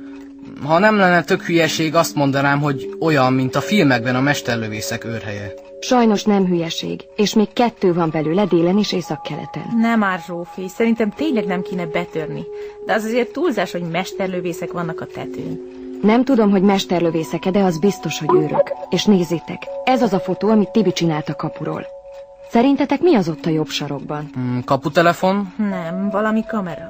Speaker 13: Ha nem lenne tök hülyeség, azt mondanám, hogy olyan, mint a filmekben a mesterlövészek őrhelye.
Speaker 7: Sajnos nem hülyeség, és még kettő van belőle délen és északkeleten.
Speaker 3: Nem már, Zsófi, szerintem tényleg nem kéne betörni. De az azért túlzás, hogy mesterlövészek vannak a tetőn.
Speaker 7: Nem tudom, hogy mesterlövészeke, de az biztos, hogy őrök. És nézzétek, ez az a fotó, amit Tibi csinált a kapuról. Szerintetek mi az ott a jobb sarokban?
Speaker 13: Hmm, kaputelefon?
Speaker 3: Nem, valami kamera.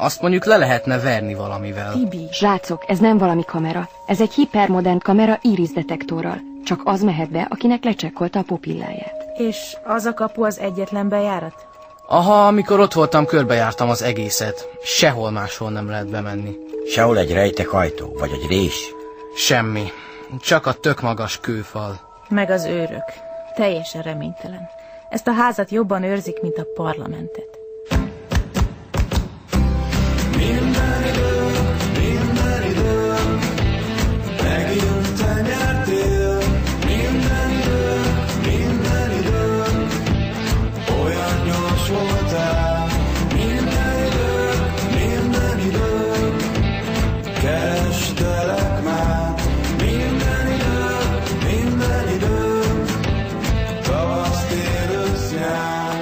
Speaker 13: Azt mondjuk le lehetne verni valamivel.
Speaker 3: Tibi.
Speaker 7: Srácok, ez nem valami kamera. Ez egy hipermodern kamera írisdetektorral. Csak az mehet be, akinek lecsekkolta a pupilláját.
Speaker 3: És az a kapu az egyetlen bejárat?
Speaker 13: Aha, amikor ott voltam, körbejártam az egészet. Sehol máshol nem lehet bemenni.
Speaker 4: Sehol egy rejtek ajtó, vagy egy rés.
Speaker 13: Semmi. Csak a tök magas kőfal.
Speaker 3: Meg az őrök. Teljesen reménytelen. Ezt a házat jobban őrzik, mint a parlamentet.
Speaker 6: Minden idő, minden idő, megint te nyertél. Minden idő, minden idő, olyan gyors voltál. Minden idő, minden idő, kerestelek már. Minden idő, minden idő, tavasz, tél, ősz, nyár.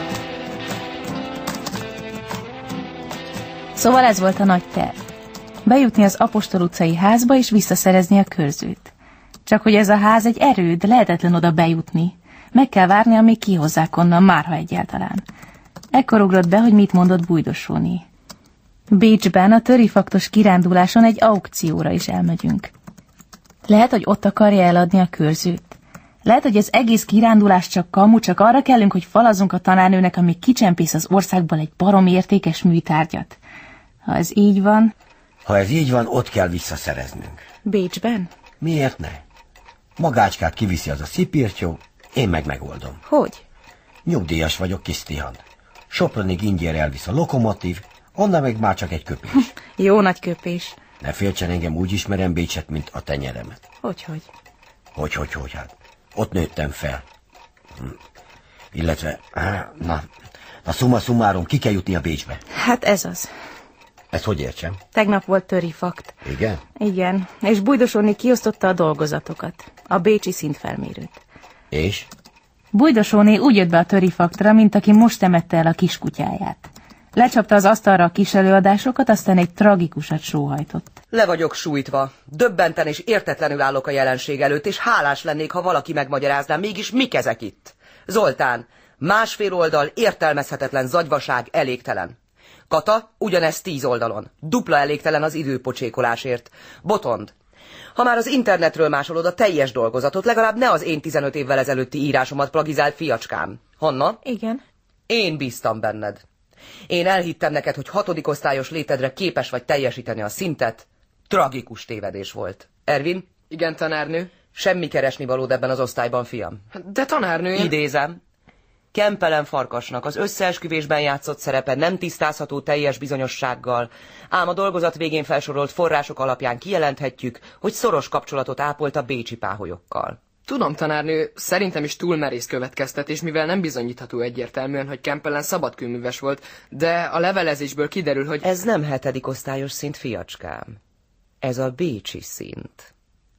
Speaker 8: Szóval ez volt a nagy terv. Bejutni az Apostol utcai házba és visszaszerezni a körzőt. Csak hogy ez a ház egy erőd, lehetetlen oda bejutni. Meg kell várni, amíg kihozzák onnan, márha egyáltalán. Ekkor ugrott be, hogy mit mondott Bújdosóni. Bécsben a törifaktos kiránduláson egy aukcióra is elmegyünk. Lehet, hogy ott akarja eladni a körzőt. Lehet, hogy az egész kirándulás csak kamu, csak arra kellünk, hogy falazunk a tanárnőnek, amíg kicsempész az országból egy barom értékes műtárgyat. Ha ez így van,
Speaker 4: Ha ez így van, ott kell visszaszereznünk.
Speaker 3: Bécsben?
Speaker 4: Miért ne? Magácskát kiviszi az a szipírtyó, én meg megoldom.
Speaker 3: Hogy?
Speaker 4: Nyugdíjas vagyok, kis Tihan. Sopronig ingyére elvisz a lokomotív, onnan meg már csak egy köpés.
Speaker 3: Jó nagy köpés.
Speaker 4: Ne féltsen engem, úgy ismerem Bécset, mint a tenyeremet.
Speaker 3: Hogyhogy?
Speaker 4: Hogy, hogy, hogy, hát. Ott nőttem fel. Hm. Illetve, á, na, na szuma szumárom, ki kell jutni a Bécsbe.
Speaker 3: Hát ez az.
Speaker 4: Ezt hogy értsem?
Speaker 3: Tegnap volt törifakt.
Speaker 4: Igen?
Speaker 3: Igen, és Bújdosóni kiosztotta a dolgozatokat. A bécsi szintfelmérőt.
Speaker 4: És?
Speaker 8: Bújdosóné úgy jött be a törifaktra, mint aki most temette el a kiskutyáját. Lecsapta az asztalra a kis előadásokat, aztán egy tragikusat sóhajtott.
Speaker 12: Le vagyok sújtva. Döbbenten és értetlenül állok a jelenség előtt, és hálás lennék, ha valaki megmagyarázná, mégis mik ezek itt. Zoltán, másfél oldal értelmezhetetlen zagyvaság elégtelen. Kata, ugyanez tíz oldalon. Dupla elégtelen az időpocsékolásért. Botond, ha már az internetről másolod a teljes dolgozatot, legalább ne az én 15 évvel ezelőtti írásomat plagizál, fiacskám. Hanna?
Speaker 3: Igen.
Speaker 12: Én bíztam benned. Én elhittem neked, hogy hatodik osztályos létedre képes vagy teljesíteni a szintet. Tragikus tévedés volt. Ervin?
Speaker 13: Igen, tanárnő.
Speaker 12: Semmi keresni valód ebben az osztályban, fiam.
Speaker 13: De tanárnő, én...
Speaker 12: Idézem. Kempelen Farkasnak az összeesküvésben játszott szerepe nem tisztázható teljes bizonyossággal, ám a dolgozat végén felsorolt források alapján kijelenthetjük, hogy szoros kapcsolatot ápolt a bécsi páholyokkal.
Speaker 13: Tudom, tanárnő, szerintem is túl merész következtetés, mivel nem bizonyítható egyértelműen, hogy Kempelen szabadkőműves volt, de a levelezésből kiderül, hogy...
Speaker 12: Ez nem hetedik osztályos szint, fiacskám. Ez a bécsi szint.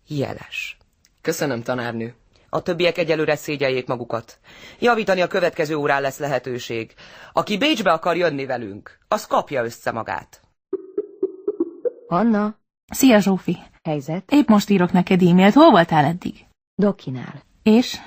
Speaker 12: Jeles.
Speaker 13: Köszönöm, tanárnő.
Speaker 12: A többiek egyelőre szégyeljék magukat. Javítani a következő órán lesz lehetőség. Aki Bécsbe akar jönni velünk, az kapja össze magát.
Speaker 7: Anna?
Speaker 8: Szia, Zsófi.
Speaker 7: Helyzet?
Speaker 8: Épp most írok neked e-mailt. Hol voltál eddig?
Speaker 7: Dokinál.
Speaker 8: És?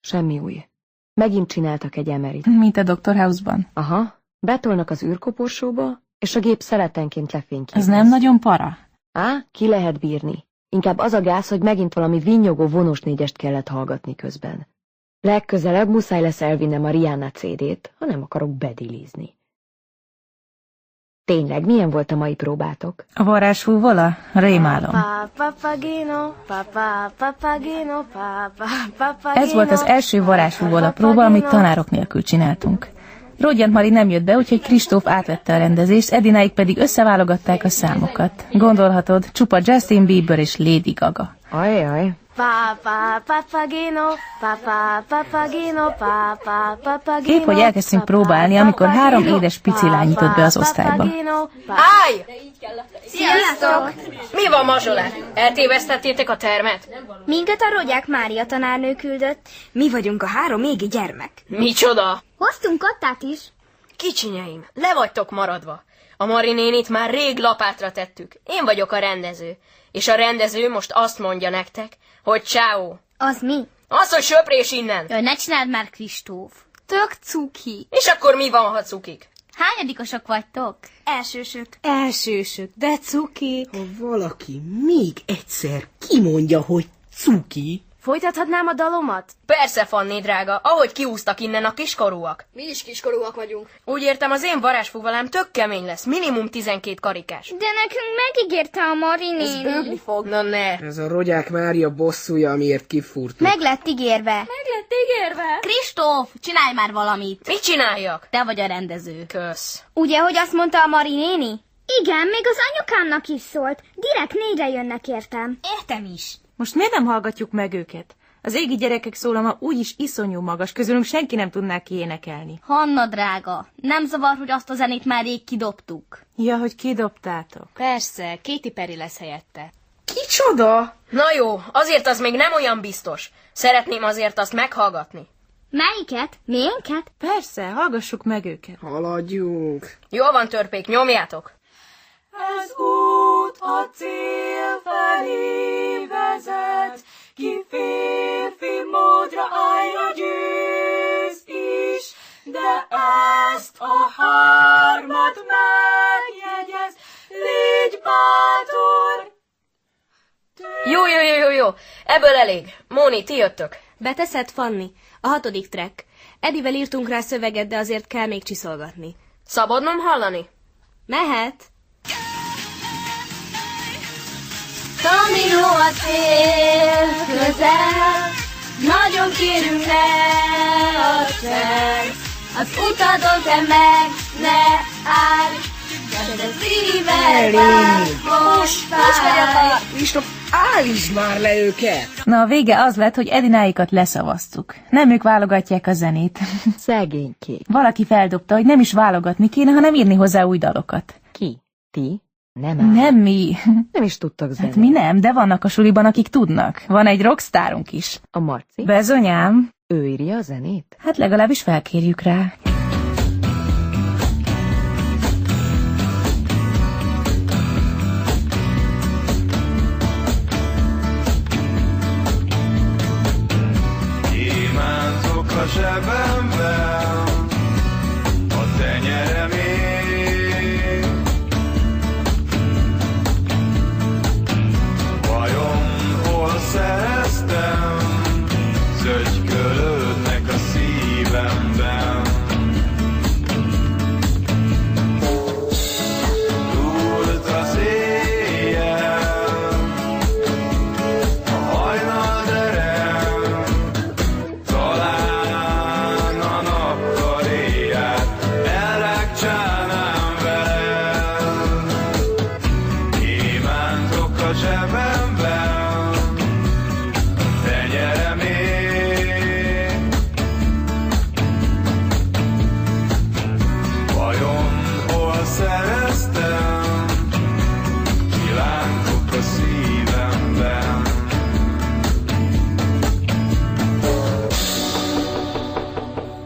Speaker 7: Semmi új. Megint csináltak egy emerit.
Speaker 8: Mint a Dr. House-ban.
Speaker 7: Aha. Betolnak az űrkoporsóba, és a gép szeletenként lefénykéz.
Speaker 8: Ez nem nagyon para?
Speaker 7: Á, ki lehet bírni. Inkább az a gáz, hogy megint valami vinnyogó vonos négyest kellett hallgatni közben. Legközelebb muszáj lesz elvinnem a Rihanna CD-t, ha nem akarok bedilizni. Tényleg, milyen volt a mai próbátok?
Speaker 8: A varázsfú vala? Rémálom.
Speaker 15: Pa, papagino, pa, pa, papagino, pa, pa, papagino.
Speaker 8: Ez volt az első varázsfúvola próba, amit tanárok nélkül csináltunk. Rodjant Mari nem jött be, úgyhogy Kristóf átvette a rendezést, Edináig pedig összeválogatták a számokat. Gondolhatod, csupa Justin Bieber és Lady Gaga.
Speaker 7: Ajaj,
Speaker 15: Pa, pa, papagino, pa, pa, papagino, pa, pa, papagino.
Speaker 8: Épp, hogy elkezdtünk próbálni, amikor három édes pici lány jutott be az osztályba.
Speaker 15: Állj!
Speaker 10: Sziasztok! Mi van, Mazsolá? Eltévesztettétek a termet?
Speaker 22: Minket a Rogyák Mária tanárnő küldött.
Speaker 5: Mi vagyunk a három égi gyermek.
Speaker 10: Micsoda?
Speaker 22: Hoztunk kattát is.
Speaker 10: Kicsinyeim, le vagytok maradva. A Mari nénit már rég lapátra tettük. Én vagyok a rendező. És a rendező most azt mondja nektek, hogy ciao.
Speaker 22: Az mi?
Speaker 10: Az, hogy söprés innen.
Speaker 22: Jaj, ne csináld már, Kristóf.
Speaker 15: Tök cuki.
Speaker 10: És akkor mi van, ha cukik?
Speaker 22: Hányadikosok vagytok?
Speaker 15: Elsősök.
Speaker 5: Elsősök, de cuki.
Speaker 18: Ha valaki még egyszer kimondja, hogy cuki,
Speaker 15: Folytathatnám a dalomat?
Speaker 10: Persze, Fanni, drága, ahogy kiúztak innen a kiskorúak.
Speaker 15: Mi is kiskorúak vagyunk.
Speaker 10: Úgy értem, az én varázsfúvalám tök kemény lesz, minimum 12 karikás.
Speaker 22: De nekünk megígérte a Mari néni.
Speaker 10: fog. Na ne.
Speaker 13: Ez a rogyák Mária bosszúja, amiért kifúrtuk.
Speaker 22: Meg lett ígérve.
Speaker 15: Meg lett ígérve.
Speaker 22: Kristóf, csinálj már valamit.
Speaker 10: Mit csináljak?
Speaker 22: Te vagy a rendező.
Speaker 10: Kösz.
Speaker 22: Ugye, hogy azt mondta a Mari néni?
Speaker 20: Igen, még az anyukámnak is szólt. Direkt négyre jönnek értem.
Speaker 22: Értem is.
Speaker 3: Most miért nem hallgatjuk meg őket? Az égi gyerekek szólama úgyis iszonyú magas, közülünk senki nem tudná kiénekelni.
Speaker 22: Hanna drága, nem zavar, hogy azt a zenét már rég kidobtuk.
Speaker 3: Ja, hogy kidobtátok.
Speaker 22: Persze, Kéti Peri lesz helyette.
Speaker 13: Kicsoda?
Speaker 10: Na jó, azért az még nem olyan biztos. Szeretném azért azt meghallgatni.
Speaker 22: Melyiket? Miénket?
Speaker 3: Persze, hallgassuk meg őket.
Speaker 13: Haladjunk.
Speaker 10: Jól van, törpék, nyomjátok.
Speaker 6: Ez út a cél felé vezet, ki férfi módra állja győz is, de ezt a hármat megjegyez, légy bátor!
Speaker 10: Jó, jó, jó, jó, jó. Ebből elég. Móni, ti jöttök.
Speaker 5: Beteszed, Fanni? A hatodik track. Edivel írtunk rá szöveget, de azért kell még csiszolgatni.
Speaker 10: Szabadnom hallani?
Speaker 5: Mehet?
Speaker 15: Kaminó a cél közel, nagyon kérünk ne a csend. Az utadon te meg ne állj, mert ez szíved már most fáj.
Speaker 18: Kristóf, állítsd már le őket!
Speaker 8: Na, a vége az lett, hogy Edináikat leszavaztuk. Nem ők válogatják a zenét.
Speaker 7: szegénykék.
Speaker 8: Valaki feldobta, hogy nem is válogatni kéne, hanem írni hozzá új dalokat.
Speaker 7: Ki? Ti? Nem áll.
Speaker 8: Nem mi.
Speaker 7: Nem is tudtak zenét.
Speaker 8: Hát mi nem, de vannak a suliban, akik tudnak. Van egy rockstárunk is.
Speaker 7: A Marci?
Speaker 8: Bezonyám.
Speaker 7: Ő írja a zenét?
Speaker 8: Hát legalábbis felkérjük rá.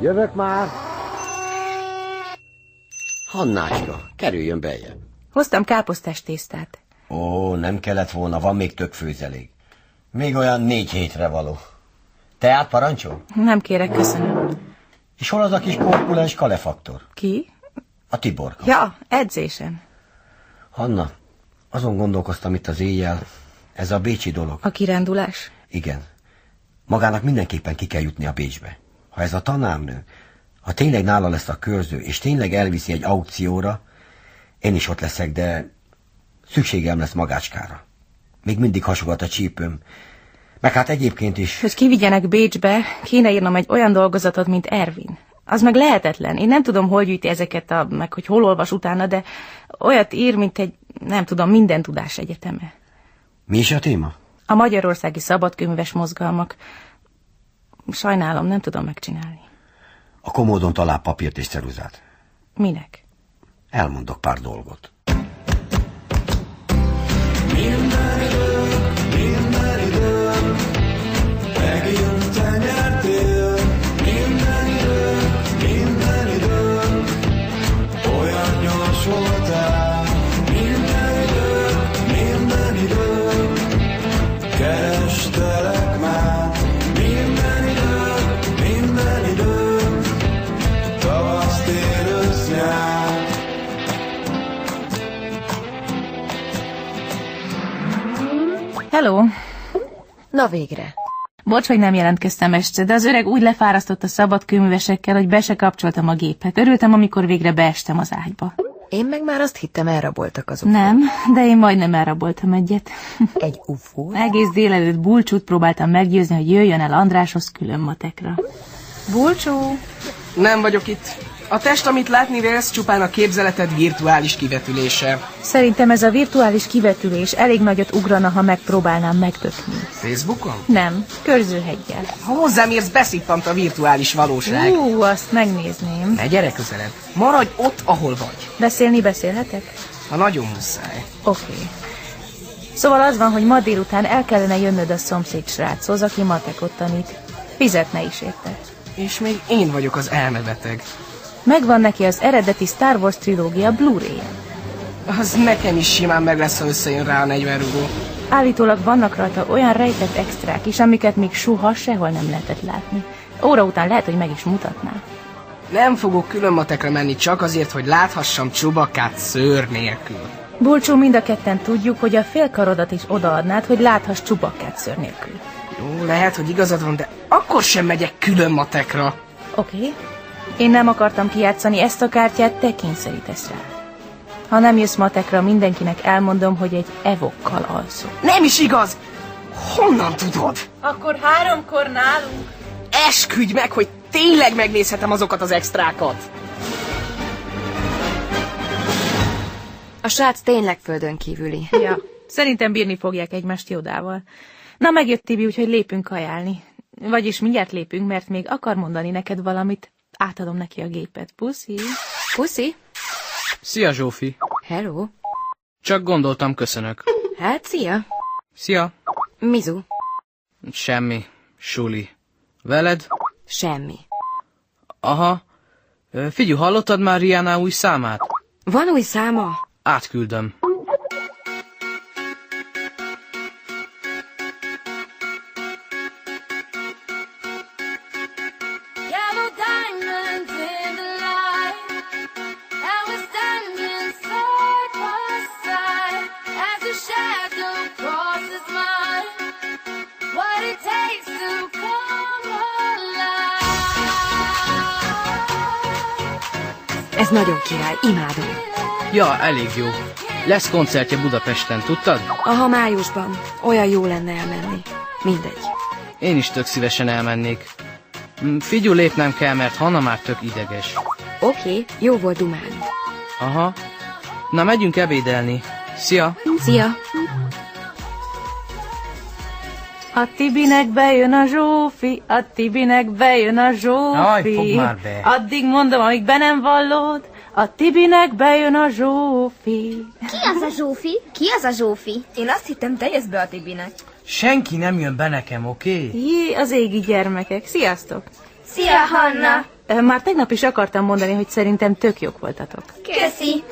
Speaker 4: Jövök már! Hannácska, kerüljön beljebb.
Speaker 8: Hoztam káposztás tésztát.
Speaker 4: Ó, nem kellett volna, van még tök főzelék. Még olyan négy hétre való. Teát parancsol?
Speaker 8: Nem kérek, köszönöm.
Speaker 4: És hol az a kis korpulens kalefaktor?
Speaker 8: Ki?
Speaker 4: A Tiborka.
Speaker 8: Ja, edzésen.
Speaker 4: Hanna, azon gondolkoztam itt az éjjel. Ez a bécsi dolog.
Speaker 8: A kirándulás?
Speaker 4: Igen. Magának mindenképpen ki kell jutni a Bécsbe. Ha ez a tanárnő, ha tényleg nála lesz a körző, és tényleg elviszi egy aukcióra, én is ott leszek, de szükségem lesz magácskára. Még mindig hasogat a csípőm. Meg hát egyébként is
Speaker 8: Hogy kivigyenek Bécsbe, kéne írnom egy olyan dolgozatot, mint Ervin. Az meg lehetetlen. Én nem tudom, hol gyűjti ezeket, a, meg hogy hol olvas utána, de olyat ír, mint egy, nem tudom, minden tudás egyeteme.
Speaker 4: mi is a téma?
Speaker 8: A magyarországi szabadkönyves mozgalmak. Sajnálom, nem tudom megcsinálni.
Speaker 4: A komódon talál papírt és ceruzát.
Speaker 8: Minek?
Speaker 4: Elmondok pár dolgot.
Speaker 6: Minden időm, megint te nyertél. Minden időm, minden időm, olyan gyors voltál. Minden időm, minden időm, kerestelek már. Minden időm, minden időm, tavasz, tél, ősz, nyár.
Speaker 8: Hello!
Speaker 23: Na végre.
Speaker 8: Bocs, hogy nem jelentkeztem este, de az öreg úgy lefárasztott a szabadkőművesekkel, hogy be se kapcsoltam a gépet. Örültem, amikor végre beestem az ágyba.
Speaker 23: Én meg már azt hittem, elraboltak azok.
Speaker 8: Nem, de én majdnem elraboltam egyet.
Speaker 23: Egy ufó?
Speaker 8: Egész délelőtt Bulcsút próbáltam meggyőzni, hogy jöjjön el Andráshoz külön matekra.
Speaker 11: Bulcsú! Nem vagyok itt. A test, amit látni vélsz, csupán a képzeleted virtuális kivetülése.
Speaker 8: Szerintem ez a virtuális kivetülés elég nagyot ugrana, ha megpróbálnám megtöpni.
Speaker 11: Facebookon?
Speaker 8: Nem, körzőhegyel.
Speaker 11: Ha hozzám érsz, beszippant a virtuális valóság.
Speaker 8: Ú, azt megnézném.
Speaker 11: Ne gyere közelebb. Maradj ott, ahol vagy.
Speaker 8: Beszélni beszélhetek?
Speaker 11: Ha nagyon muszáj.
Speaker 8: Oké. Okay. Szóval az van, hogy ma délután el kellene jönnöd a szomszéd sráchoz, aki matekot tanít. Fizetne is érte.
Speaker 11: És még én vagyok az elmebeteg.
Speaker 8: Megvan neki az eredeti Star Wars trilógia Blu-ray -en.
Speaker 11: Az nekem is simán meg lesz, ha összejön rá a 40 rugó.
Speaker 8: Állítólag vannak rajta olyan rejtett extrák is, amiket még soha sehol nem lehetett látni. Óra után lehet, hogy meg is mutatná.
Speaker 11: Nem fogok külön matekra menni csak azért, hogy láthassam csubakát szőr nélkül.
Speaker 8: Bulcsú, mind a ketten tudjuk, hogy a félkarodat is odaadnád, hogy láthass csubakkát ször nélkül.
Speaker 11: Jó, lehet, hogy igazad van, de akkor sem megyek külön matekra.
Speaker 8: Oké. Okay. Én nem akartam kijátszani ezt a kártyát, te kényszerítesz rá. Ha nem jössz matekra, mindenkinek elmondom, hogy egy evokkal alszol.
Speaker 11: Nem is igaz! Honnan tudod?
Speaker 24: Akkor háromkor nálunk.
Speaker 11: Esküdj meg, hogy tényleg megnézhetem azokat az extrákat!
Speaker 7: A srác tényleg földön kívüli.
Speaker 8: Ja. Szerintem bírni fogják egymást Jodával. Na, megjött Tibi, úgyhogy lépünk kajálni. Vagyis mindjárt lépünk, mert még akar mondani neked valamit. Átadom neki a gépet. Puszi.
Speaker 7: Puszi?
Speaker 13: Szia, Zsófi.
Speaker 7: Hello?
Speaker 13: Csak gondoltam, köszönök.
Speaker 7: Hát, szia.
Speaker 13: Szia.
Speaker 7: Mizu.
Speaker 13: Semmi. Suli. Veled?
Speaker 7: Semmi.
Speaker 13: Aha. Ö, Figyú, hallottad már Rihanna új számát?
Speaker 7: Van új száma?
Speaker 13: Átküldöm.
Speaker 6: Yellow diamonds in the light, and we're standing side by side as your shadow crosses mine. What it takes to come alive.
Speaker 7: Ez nagyon király, imádom.
Speaker 13: Ja, elég jó. Lesz koncertje Budapesten, tudtad?
Speaker 7: Aha, májusban. Olyan jó lenne elmenni. Mindegy.
Speaker 13: Én is tök szívesen elmennék. Mm, Figyú lépnem kell, mert Hanna már tök ideges.
Speaker 7: Oké, okay, jó volt dumálni.
Speaker 13: Aha. Na, megyünk ebédelni. Szia!
Speaker 7: Szia!
Speaker 8: A Tibinek bejön a Zsófi, a Tibinek bejön a Zsófi.
Speaker 13: Jaj, fogd már be.
Speaker 8: Addig mondom, amíg be nem vallod, a Tibinek bejön a Zsófi.
Speaker 25: Ki az a Zsófi? Ki az a Zsófi?
Speaker 10: Én azt hittem, te jössz be a Tibinek.
Speaker 13: Senki nem jön be nekem, oké?
Speaker 8: Jé, az égi gyermekek. Sziasztok!
Speaker 10: Szia, Hanna!
Speaker 8: Ö, Már tegnap is akartam mondani, hogy szerintem tök jók voltatok.
Speaker 26: Köszi.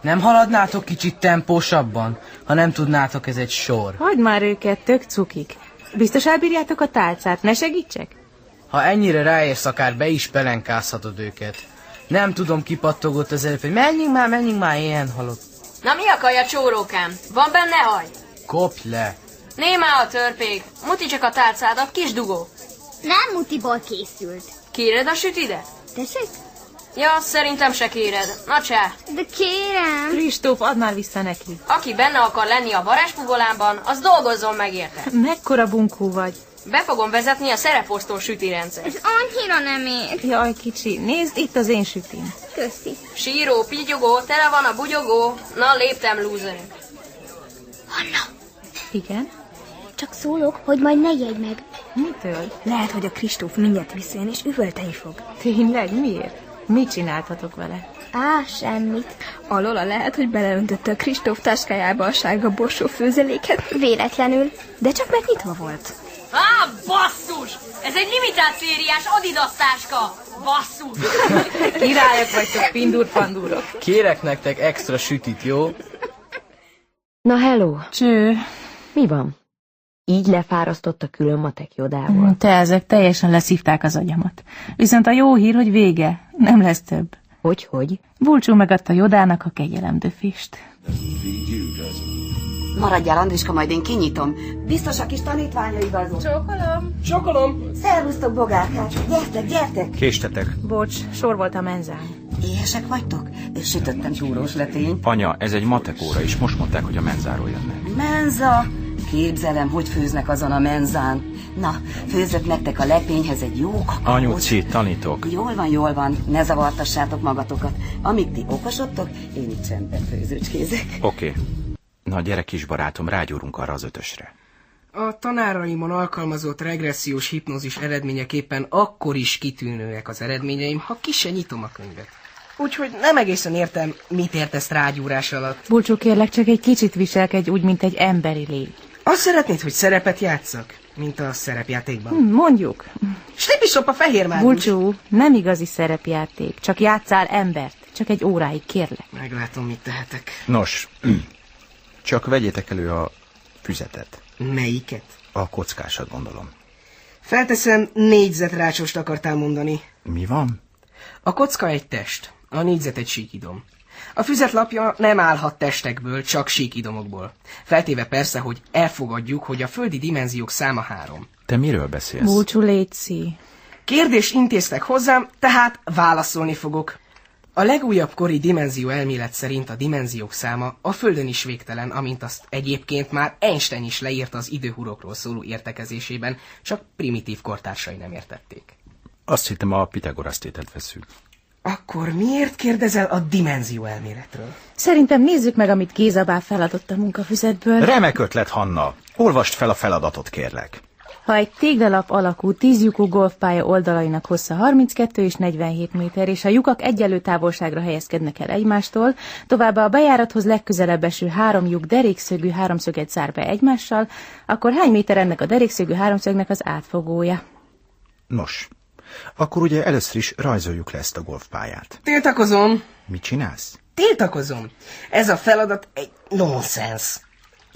Speaker 13: Nem haladnátok kicsit tempósabban, ha nem tudnátok ez egy sor.
Speaker 8: Hagyd már őket, tök cukik. Biztos elbírjátok a tálcát, ne segítsek?
Speaker 13: Ha ennyire ráérsz, akár be is pelenkázhatod őket. Nem tudom, kipattogott az előbb, hogy menjünk már, menjünk már, ilyen halott.
Speaker 10: Na mi akarja csórókám? Van benne haj?
Speaker 13: Kopj le!
Speaker 10: Némá a törpék, muti csak a tálcádat, kis dugó.
Speaker 14: Nem mutiból készült.
Speaker 10: Kéred a sütidet?
Speaker 14: Tessék?
Speaker 10: Ja, szerintem se kéred. Na csá.
Speaker 14: De kérem.
Speaker 8: Kristóf, add már vissza neki.
Speaker 10: Aki benne akar lenni a varázspugolámban, az dolgozzon meg érte.
Speaker 8: Mekkora bunkó vagy.
Speaker 10: Be fogom vezetni a szereposztó sütirendszer.
Speaker 14: Annyira nem ér.
Speaker 8: Jaj, kicsi, nézd, itt az én sütim.
Speaker 14: Köszi.
Speaker 10: Síró, pigyogó, tele van a bugyogó. Na, léptem, lúzerek.
Speaker 8: Igen?
Speaker 14: Csak szólok, hogy majd ne jegy meg.
Speaker 8: Mitől?
Speaker 14: Lehet, hogy a Kristóf mindjárt visszajön, és üvölteni fog.
Speaker 8: Tényleg, miért? Mit csináltatok vele?
Speaker 14: Á, semmit. A Lola lehet, hogy beleöntötte a Kristóf táskájába a sárga borsó főzeléket. Véletlenül. De csak mert nyitva volt.
Speaker 10: Á, basszus! Ez egy limitált szériás adidas táska! Basszus!
Speaker 8: Királyok vagytok, pindur-pandúrok.
Speaker 13: Kérek nektek extra sütit, jó?
Speaker 7: Na, hello!
Speaker 8: Cső!
Speaker 7: Mi van? Így lefárasztott a külön matek jodával.
Speaker 8: Mm, Te ezek teljesen leszívták az agyamat. Viszont a jó hír, hogy vége. Nem lesz több.
Speaker 7: Hogy, hogy?
Speaker 8: Bulcsú megadta Jodának a kegyelemdöfést.
Speaker 2: Maradjál, Andriska, majd én kinyitom. Biztos a kis tanítványai azok.
Speaker 8: Csókolom.
Speaker 2: Csokolom. Szervusztok, bogárkák. Gyertek, gyertek.
Speaker 27: Késtetek.
Speaker 8: Bocs, sor volt a menzán.
Speaker 2: Éhesek vagytok? Sütöttem túrós letényt.
Speaker 1: Anya, ez egy matek óra, és most mondták, hogy a menzáról jönnek.
Speaker 2: Menza. Képzelem, hogy főznek azon a menzán. Na, főzök nektek a lepényhez egy jó kakó.
Speaker 1: Anyuci, tanítok.
Speaker 2: Jól van, jól van, ne zavartassátok magatokat. Amíg ti okosodtok, én itt csendben főzőcskézek.
Speaker 1: Oké. Okay. Na, gyere kis barátom, rágyúrunk arra az ötösre.
Speaker 11: A tanáraimon alkalmazott regressziós hipnózis eredményeképpen akkor is kitűnőek az eredményeim, ha ki se nyitom a könyvet. Úgyhogy nem egészen értem, mit értesz rágyúrás alatt.
Speaker 8: Bulcsú, kérlek, csak egy kicsit viselkedj úgy, mint egy emberi lény.
Speaker 11: Azt szeretnéd, hogy szerepet játszak? Mint a szerepjátékban.
Speaker 8: Hm, Mondjuk.
Speaker 11: Slipisop a fehér mágus.
Speaker 8: Bulcsú, nem igazi szerepjáték, csak játszál embert. Csak egy óráig, kérlek.
Speaker 11: Meglátom, mit tehetek.
Speaker 1: Nos, csak vegyétek elő a füzetet.
Speaker 11: Melyiket?
Speaker 1: A kockásat gondolom.
Speaker 11: Felteszem, négyzetrácsost akartál mondani.
Speaker 1: Mi van?
Speaker 11: A kocka egy test, a négyzet egy síkidom. A füzetlapja nem állhat testekből, csak síkidomokból. Feltéve persze, hogy elfogadjuk, hogy a földi dimenziók száma három.
Speaker 1: Te miről beszélsz?
Speaker 8: Bulcsú, létszi.
Speaker 11: Kérdést intéztek hozzám, tehát válaszolni fogok. A legújabb kori dimenzió elmélet szerint a dimenziók száma a Földön is végtelen, amint azt egyébként már Einstein is leírta az időhurokról szóló értekezésében, csak primitív kortársai nem értették.
Speaker 1: Azt hittem, a Pitagorasz tétet veszünk.
Speaker 11: Akkor miért kérdezel a dimenzió elméletről?
Speaker 8: Szerintem nézzük meg, amit Géza bá feladott a munkafüzetből.
Speaker 27: Remek ötlet, Hanna. Olvast fel a feladatot, kérlek.
Speaker 8: Ha egy téglalap alakú 10 lyukú golfpálya oldalainak hossza 32 és 47 méter, és a lyukak egyenlő távolságra helyezkednek el egymástól, továbbá a bejárathoz legközelebb eső három lyuk derékszögű háromszöget zár be egymással, akkor hány méter ennek a derékszögű háromszögnek az átfogója?
Speaker 27: Nos, akkor ugye először is rajzoljuk le ezt a golfpályát.
Speaker 11: Tiltakozom.
Speaker 27: Mit csinálsz?
Speaker 11: Tiltakozom. Ez a feladat egy nonsens.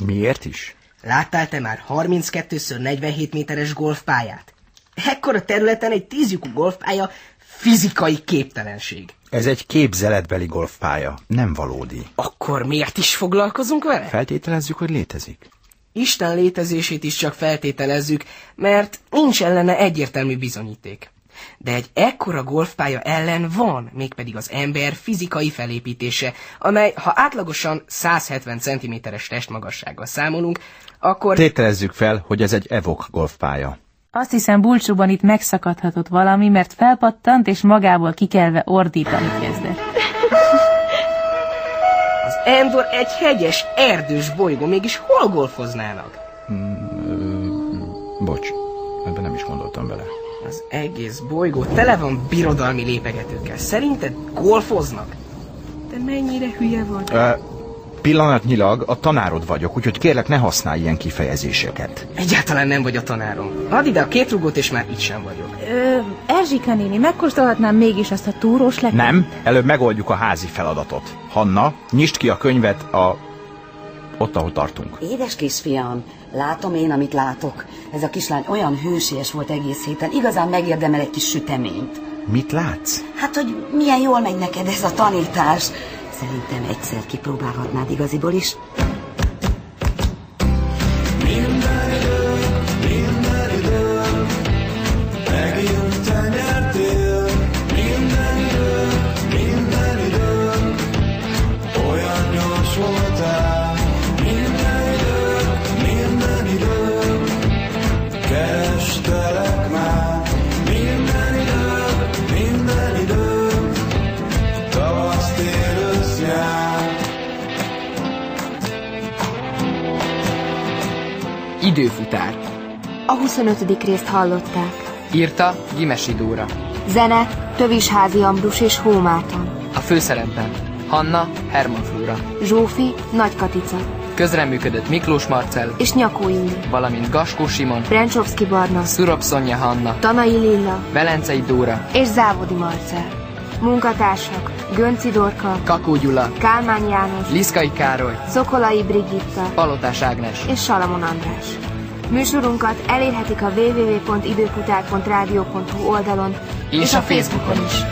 Speaker 1: Miért is?
Speaker 11: Láttál te már 32x47 méteres golfpályát? Ekkora területen egy tízjukú golfpálya fizikai képtelenség.
Speaker 27: Ez egy képzeletbeli golfpálya, nem valódi.
Speaker 11: Akkor miért is foglalkozunk vele?
Speaker 1: Feltételezzük, hogy létezik.
Speaker 11: Isten létezését is csak feltételezzük, mert nincs ellene egyértelmű bizonyíték. De egy ekkora golfpálya ellen van, mégpedig az ember fizikai felépítése, amely, ha átlagosan 170 cm-es testmagassággal számolunk, akkor...
Speaker 1: Tételezzük fel, hogy ez egy evok golfpálya.
Speaker 8: Azt hiszem, Bulcsúban itt megszakadhatott valami, mert felpattant, és magából kikelve ordítani kezdett.
Speaker 11: Az Endor egy hegyes, erdős bolygó, mégis hol golfoznának?
Speaker 1: Bocs, ebben nem is gondoltam bele.
Speaker 11: Az egész bolygó tele van birodalmi lépegetőkkel. Szerinted golfoznak? Te mennyire hülye vagy?
Speaker 27: Ö, pillanatnyilag a tanárod vagyok, úgyhogy kérlek ne használj ilyen kifejezéseket.
Speaker 11: Egyáltalán nem vagy a tanárom. Add ide a két rugót, és már itt sem vagyok.
Speaker 8: Ö, Ázsika néni, megkóstolhatnám mégis azt a túrós lekét?
Speaker 1: Nem, előbb megoldjuk a házi feladatot. Hanna, nyisd ki a könyvet a... ott, ahol tartunk.
Speaker 2: Édes kisfiam, látom én, amit látok. Ez a kislány olyan hősies volt egész héten, igazán megérdemel egy kis süteményt.
Speaker 1: Mit látsz?
Speaker 2: Hát, hogy milyen jól megy neked ez a tanítás. Szerintem egyszer kipróbálhatnád igaziból is.
Speaker 6: Időfutár.
Speaker 28: A 25. részt hallották.
Speaker 29: Írta Gimesi Dóra.
Speaker 28: Zene, Tövisházi Ambrus és Hómáton.
Speaker 29: A főszerepben Hanna Herman Flóra.
Speaker 28: Zsófi, Nagy Katica
Speaker 29: Közreműködött Miklós Marcel,
Speaker 28: és Nyakó Illi.
Speaker 29: valamint Gaskó Simon,
Speaker 28: Brencsovszki Barna,
Speaker 29: Szurop Szonya Hanna,
Speaker 28: Tanai Lilla
Speaker 29: Velencei Dóra,
Speaker 28: és Závodi Marcel. Munkatársak Gönci Dorka,
Speaker 29: Kakó Gyula,
Speaker 28: Kálmán János,
Speaker 29: Liszkai Károly,
Speaker 28: Szokolai Brigitta
Speaker 29: Palotás Ágnes.
Speaker 28: és Salamon András. Műsorunkat elérhetik a www.időkutár.rádió.hu oldalon
Speaker 29: És a Facebookon is.